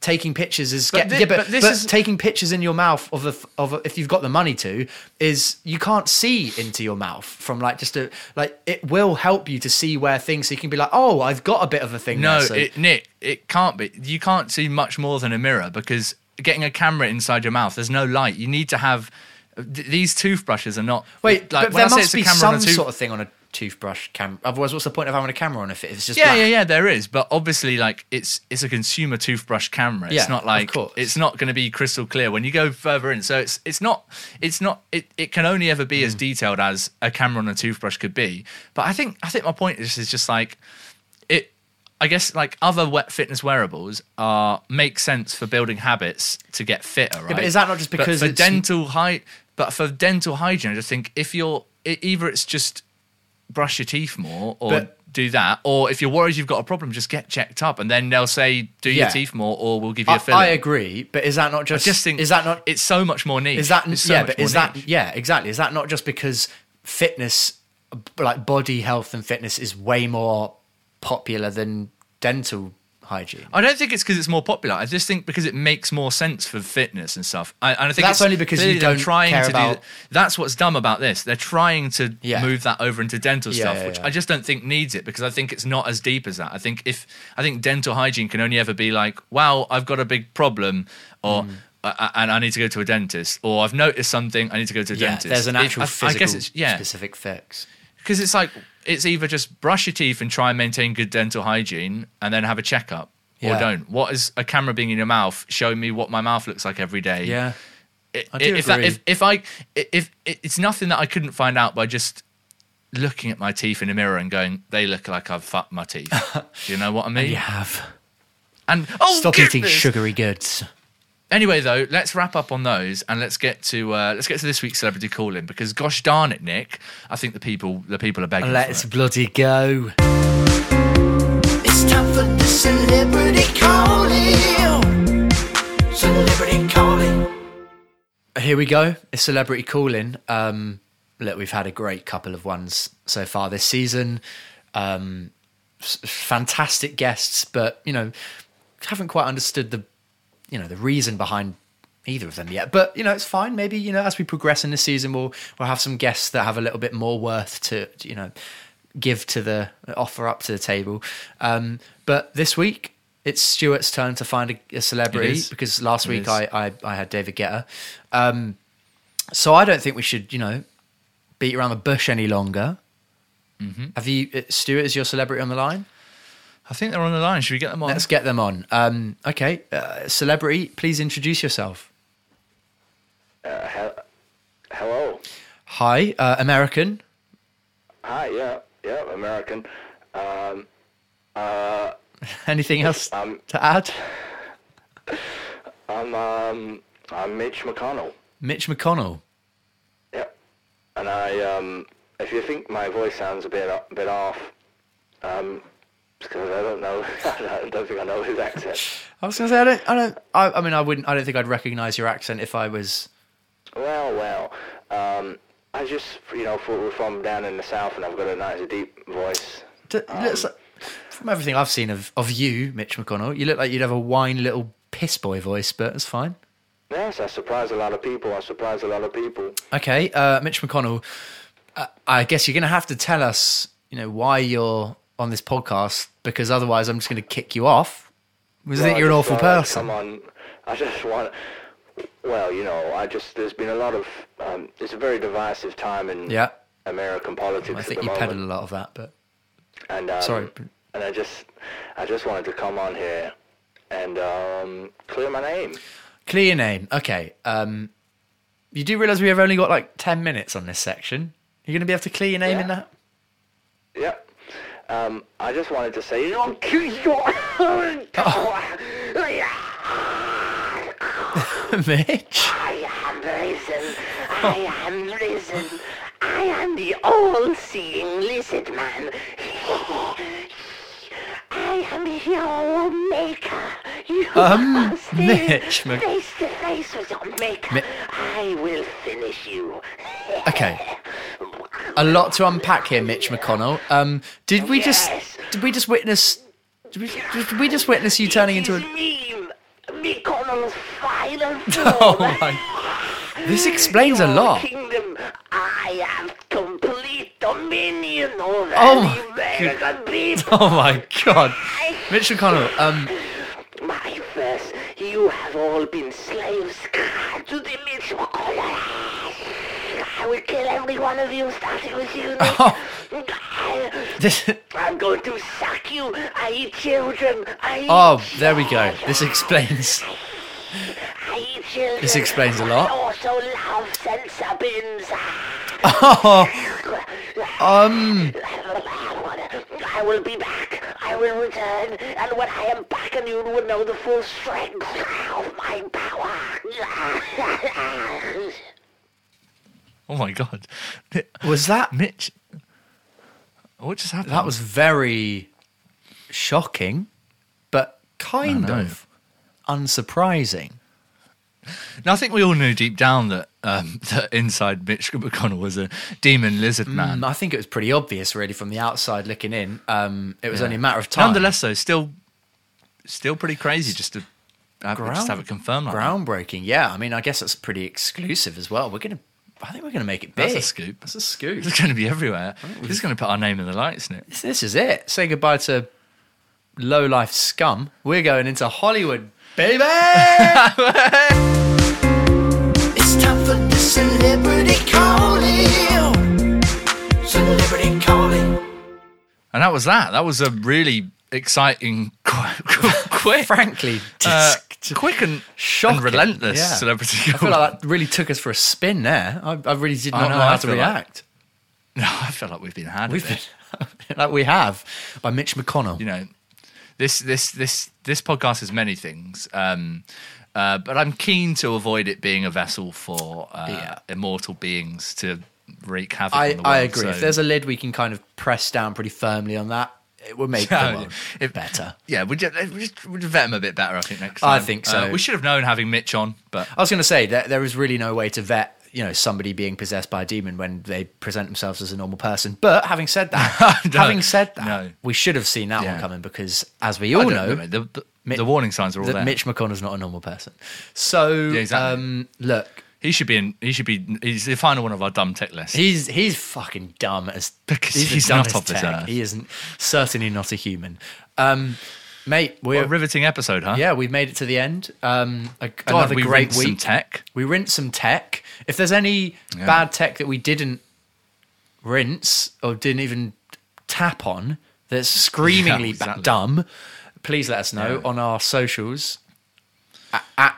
Taking pictures is
But
get-
thi-
yeah, but,
but this
but
is-
taking pictures in your mouth of a, of a, if you've got the money to is you can't see into your mouth from like just a like it will help you to see where things so you can be like oh I've got a bit of a thing
No,
there, so-
it, Nick, it can't be. You can't see much more than a mirror because getting a camera inside your mouth, there's no light. You need to have th- these toothbrushes are not.
wait
like
but
when
there
I say
must
it's a
be
camera
some
on a tooth-
sort of thing on a toothbrush camera otherwise what's the point of having a camera on if it- if it's just
Yeah,
black?
yeah, yeah. There is, but obviously, like it's it's a consumer toothbrush camera. It's
Yeah,
not
of
like
course.
it's not going to be crystal clear when you go further in. So it's it's not it's not it, it can only ever
Mm.
be as detailed as a camera on a toothbrush could be. But I think I think my point is is just like it. I guess like other wet fitness wearables are make sense for building habits to get fitter, right?
but is that not just because
but for
it's-
dental hy- But for dental hygiene, I just think if you're e- either it's just brush your teeth more or
But-
do that. Or if you're worried you've got a problem, just get checked up and then they'll say, do
Yeah.
your teeth more or we'll give you a
I,
filler.
I agree but is that not
I
just,
just think
is that not
it's so much more neat.
Is that yeah? But is that yeah? Exactly. Is that not just because fitness, b- like body health and fitness, is way more popular than dental hygiene?
I don't think it's because it's more popular. I just think because it makes more sense for fitness and stuff. I, and I think
That's
it's
only because you
clearly they're
don't care
to
about-
do. That's what's dumb about this. They're trying to
Yeah.
move that over into dental
Yeah,
stuff,
yeah,
which
yeah.
I just don't think needs it because I think it's not as deep as that. I think if I think dental hygiene can only ever be like, wow, I've got a big problem, or.
Mm.
I- I- and I need to go to a dentist, or I've noticed something. I need to go to a
Yeah,
dentist.
there's an
If-
actual
I- I,
physical
guess it's yeah,
specific fix.
because it's like it's either just brush your teeth and try and maintain good dental hygiene and then have a checkup
Yeah.
or don't what is a camera being in your mouth showing me what my mouth looks like every day I-
I do
if, that,
agree.
if if i if, if it's nothing that i couldn't find out by just looking at my teeth in a mirror and going they look like i've fucked my teeth do you know what i mean
you have
and oh
stop eating
goodness!
sugary goods.
anyway though let's wrap up on those and let's get to uh, let's get to this week's celebrity call in because gosh darn it nick i think the people the people are begging
Let's
for it.
bloody go.
It's time for the celebrity calling. Celebrity calling.
Here we go. It's celebrity calling. Um, look, we've had a great couple of ones so far this season. Um, s- fantastic guests, but you know, haven't quite understood the you know the reason behind either of them yet. But you know, it's fine. Maybe you know, as we progress in the season, we'll we'll have some guests that have a little bit more worth to you know give to the offer up to the table. Um, but this week. It's Stuart's turn to find a, a
It
celebrity
is.
because last
It
week
is.
I, I, I had David Guetta. Um, so I don't think we should, you know, beat around the bush any longer. Have you, uh, Stuart, is your celebrity on the line?
I think they're on the line. Should we get them on?
Let's get them on. Um, okay, uh, celebrity, please introduce yourself.
Hello.
Hi, uh, American.
Hi. Yeah. Yeah. American. Um, uh,
Anything else
Um,
to add?
I'm um, I'm Mitch McConnell.
Mitch McConnell.
Yep. And I um, if you think my voice sounds a bit a bit off, um, because I don't know, I don't think I know his accent.
I was going to say I don't. I don't. I, I mean, I wouldn't. I don't think I'd recognise your accent if I was.
Well, well. Um, I just you know from, from down in the south, and I've got a nice deep voice.
D- looks
Um,
like- from everything I've seen of of you, Mitch McConnell, you look like you'd have a whine little piss boy voice, but that's fine.
Yes, I surprise a lot of people. I surprise a lot of people.
Okay, uh, Mitch McConnell, uh, I guess you're going to have to tell us, you know, why you're on this podcast because otherwise I'm just going to kick you off. Was
Well,
it
I
you're an
just
awful
wanna
person?
Come on, I just want. Well, you know, I just there's been a lot of. Um, it's a very divisive time in
Yeah.
American politics
I
at
think
the
you
moment,
peddle a lot of that, but
and um,
sorry.
and I just I just wanted to come on here and um, clear my name.
clear your name. Okay, um, you do realize we have only got like ten minutes on this section. You're going to be able to clear your name in
Yeah.
that.
Yep. Um, I just wanted to say, I'll kill you.
Mitch,
I am risen. I am risen. I am the all-seeing lizard man. I am your maker. You
Um,
are still
Mitch Mc-
face to face with your maker.
Mi-
I will finish you.
okay, a lot to unpack here, Mitch McConnell. Um, did we
Yes.
just did we just witness? Did we, did we just witness you turning into a?
me, McConnell's final
Oh
form.
my! This explains a lot.
Kingdom, I have complete dominion over
Oh my
the American people.
Oh my god, Mitch McConnell. Um,
My first, you have all been slaves to the Mitch I will kill every one of you, starting with you. Nick.
Oh.
I,
this.
I'm going to suck you. I eat children. I eat
Oh, there we go. This explains.
I eat children.
This explains a lot.
I also love sensor bins.
Oh, um,
I will be back. I will return. And when I am back, and you will know the full strength of my power.
Oh my god,
was that?
Mitch, what just happened?
That was very shocking, but kind
I know.
of unsurprising.
Now, I think we all knew deep down that um, that inside Mitch McConnell was a demon lizard man.
And I think it was pretty obvious, really, from the outside looking in. Um, it was
Yeah.
only a matter of time.
Nonetheless, though, still, still pretty crazy just to have, just
Ground-
have it confirmed. Like
groundbreaking. Yeah, I mean, I guess it's pretty exclusive as well. We're gonna, I think we're gonna make it big.
That's a scoop.
That's a scoop.
that. It's going to be everywhere. It's going to put our name in the light, isn't it?
this, this is it. Say goodbye to low life scum. We're going into Hollywood, baby.
It's time for the celebrity calling. Celebrity calling.
And that was that. That was a really exciting, qu- qu- quick,
Frankly,
uh,
dis-
quick and,
shocking.
and relentless
Yeah.
celebrity.
I feel like that really took us for a spin there. I, I really did
I
not know,
know,
how
I
to
feel like-
react.
no, I feel like we've been had.
We've
with it.
been, like we have by Mitch McConnell.
you know this this this this podcast is many things um uh, but I'm keen to avoid it being a vessel for uh,
Yeah.
immortal beings to wreak havoc. on
I,
the world,
I agree.
so-
If there's a lid, we can kind of press down pretty firmly on that. It would make
Yeah,
the world
if-
better.
yeah, we just, we just we just vet him a bit better. I think next
I
time.
think so.
Uh, we should have known having Mitch on, but
I was going to say that there is really no way to vet you know somebody being possessed by a demon when they present themselves as a normal person. But having said that,
No,
having said that,
no.
we should have seen that one
Yeah.
coming because, as we
I
all
don't
know,
mate. the, the,
Mi-
the warning signs are all
that
there.
Mitch McConnell's not a normal person. So
Yeah, exactly.
um, look,
he should be in. He should be. He's the final one of our dumb tech list.
he's he's fucking dumb as
Because
the
he's not
dumbest
of this
tech.
earth.
He isn't certainly not a human, um, mate. We're
a riveting episode, huh?
yeah, we've made it to the end. Um, a,
God,
another
we
great
rinsed
week.
some tech.
We rinse some tech. If there's any
Yeah.
bad tech that we didn't rinse or didn't even tap on that's screamingly
Yeah, exactly.
dumb, please let us know
Yeah.
on our socials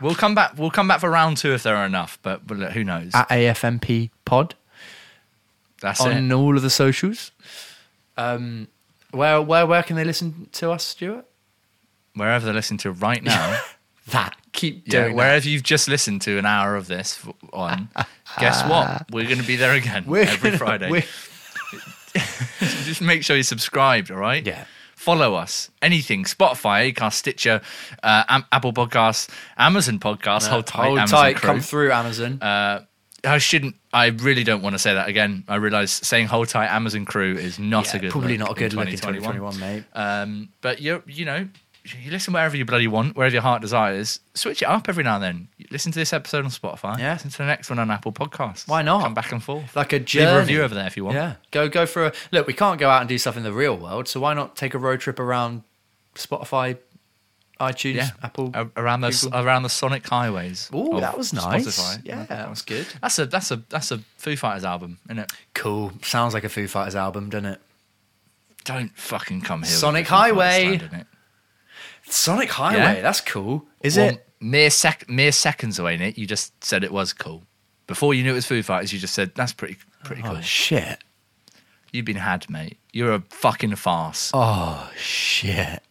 We'll come back. We'll come back for round two if there are enough. But, but look, who knows?
at AFMP Pod
That's
on
it.
all of the socials. Um, where where where can they listen to us, Stuart?
Wherever they're listening to right now.
That keep
Yeah,
doing that.
wherever you've just listened to an hour of this f- on, guess what? We're going to be there again
We're
every
gonna-
Friday.
we're-
Just make sure you're subscribed, all right?
Yeah.
Follow us. Anything. Spotify, Acast, Stitcher, uh, Am- Apple Podcasts, Amazon Podcasts. hold tight,
Uh, hold
Uh, Amazon
tight,
crew. Uh,
come through Amazon.
I shouldn't. I really don't want to say that again. I realise saying hold tight, Amazon crew is not
Yeah,
a good
probably
look
not a good
in
look in
2021.
2021, mate.
Um, but you you know, you listen wherever you bloody want, wherever your heart desires. Switch it up every now and then. Listen to this episode on Spotify.
Yeah.
Listen to the next one on Apple Podcasts.
Why not?
Come back and forth.
like a
Leave
journey.
a review over there if you want.
Yeah, go go for a look. We can't go out and do stuff in the real world, so why not take a road trip around Spotify, iTunes,
Yeah. Uh,
Apple?
A- around the
Google.
around the sonic highways.
Ooh,
of
that was nice.
Spotify.
Yeah, that was good.
That's a that's a that's a Foo Fighters album, isn't it?
Cool. Sounds like a Foo Fighters album, doesn't it?
Don't fucking come here. with
Sonic
the Foo Fighters
Highway.
stand in it.
Sonic Highway.
Yeah.
That's cool. Is
Well,
it?
mere sec mere seconds away, Nick? You just said it was cool. Before you knew it was Foo Fighters, you just said that's pretty pretty cool.
Oh shit.
You've been had, mate. You're a fucking farce.
Oh shit.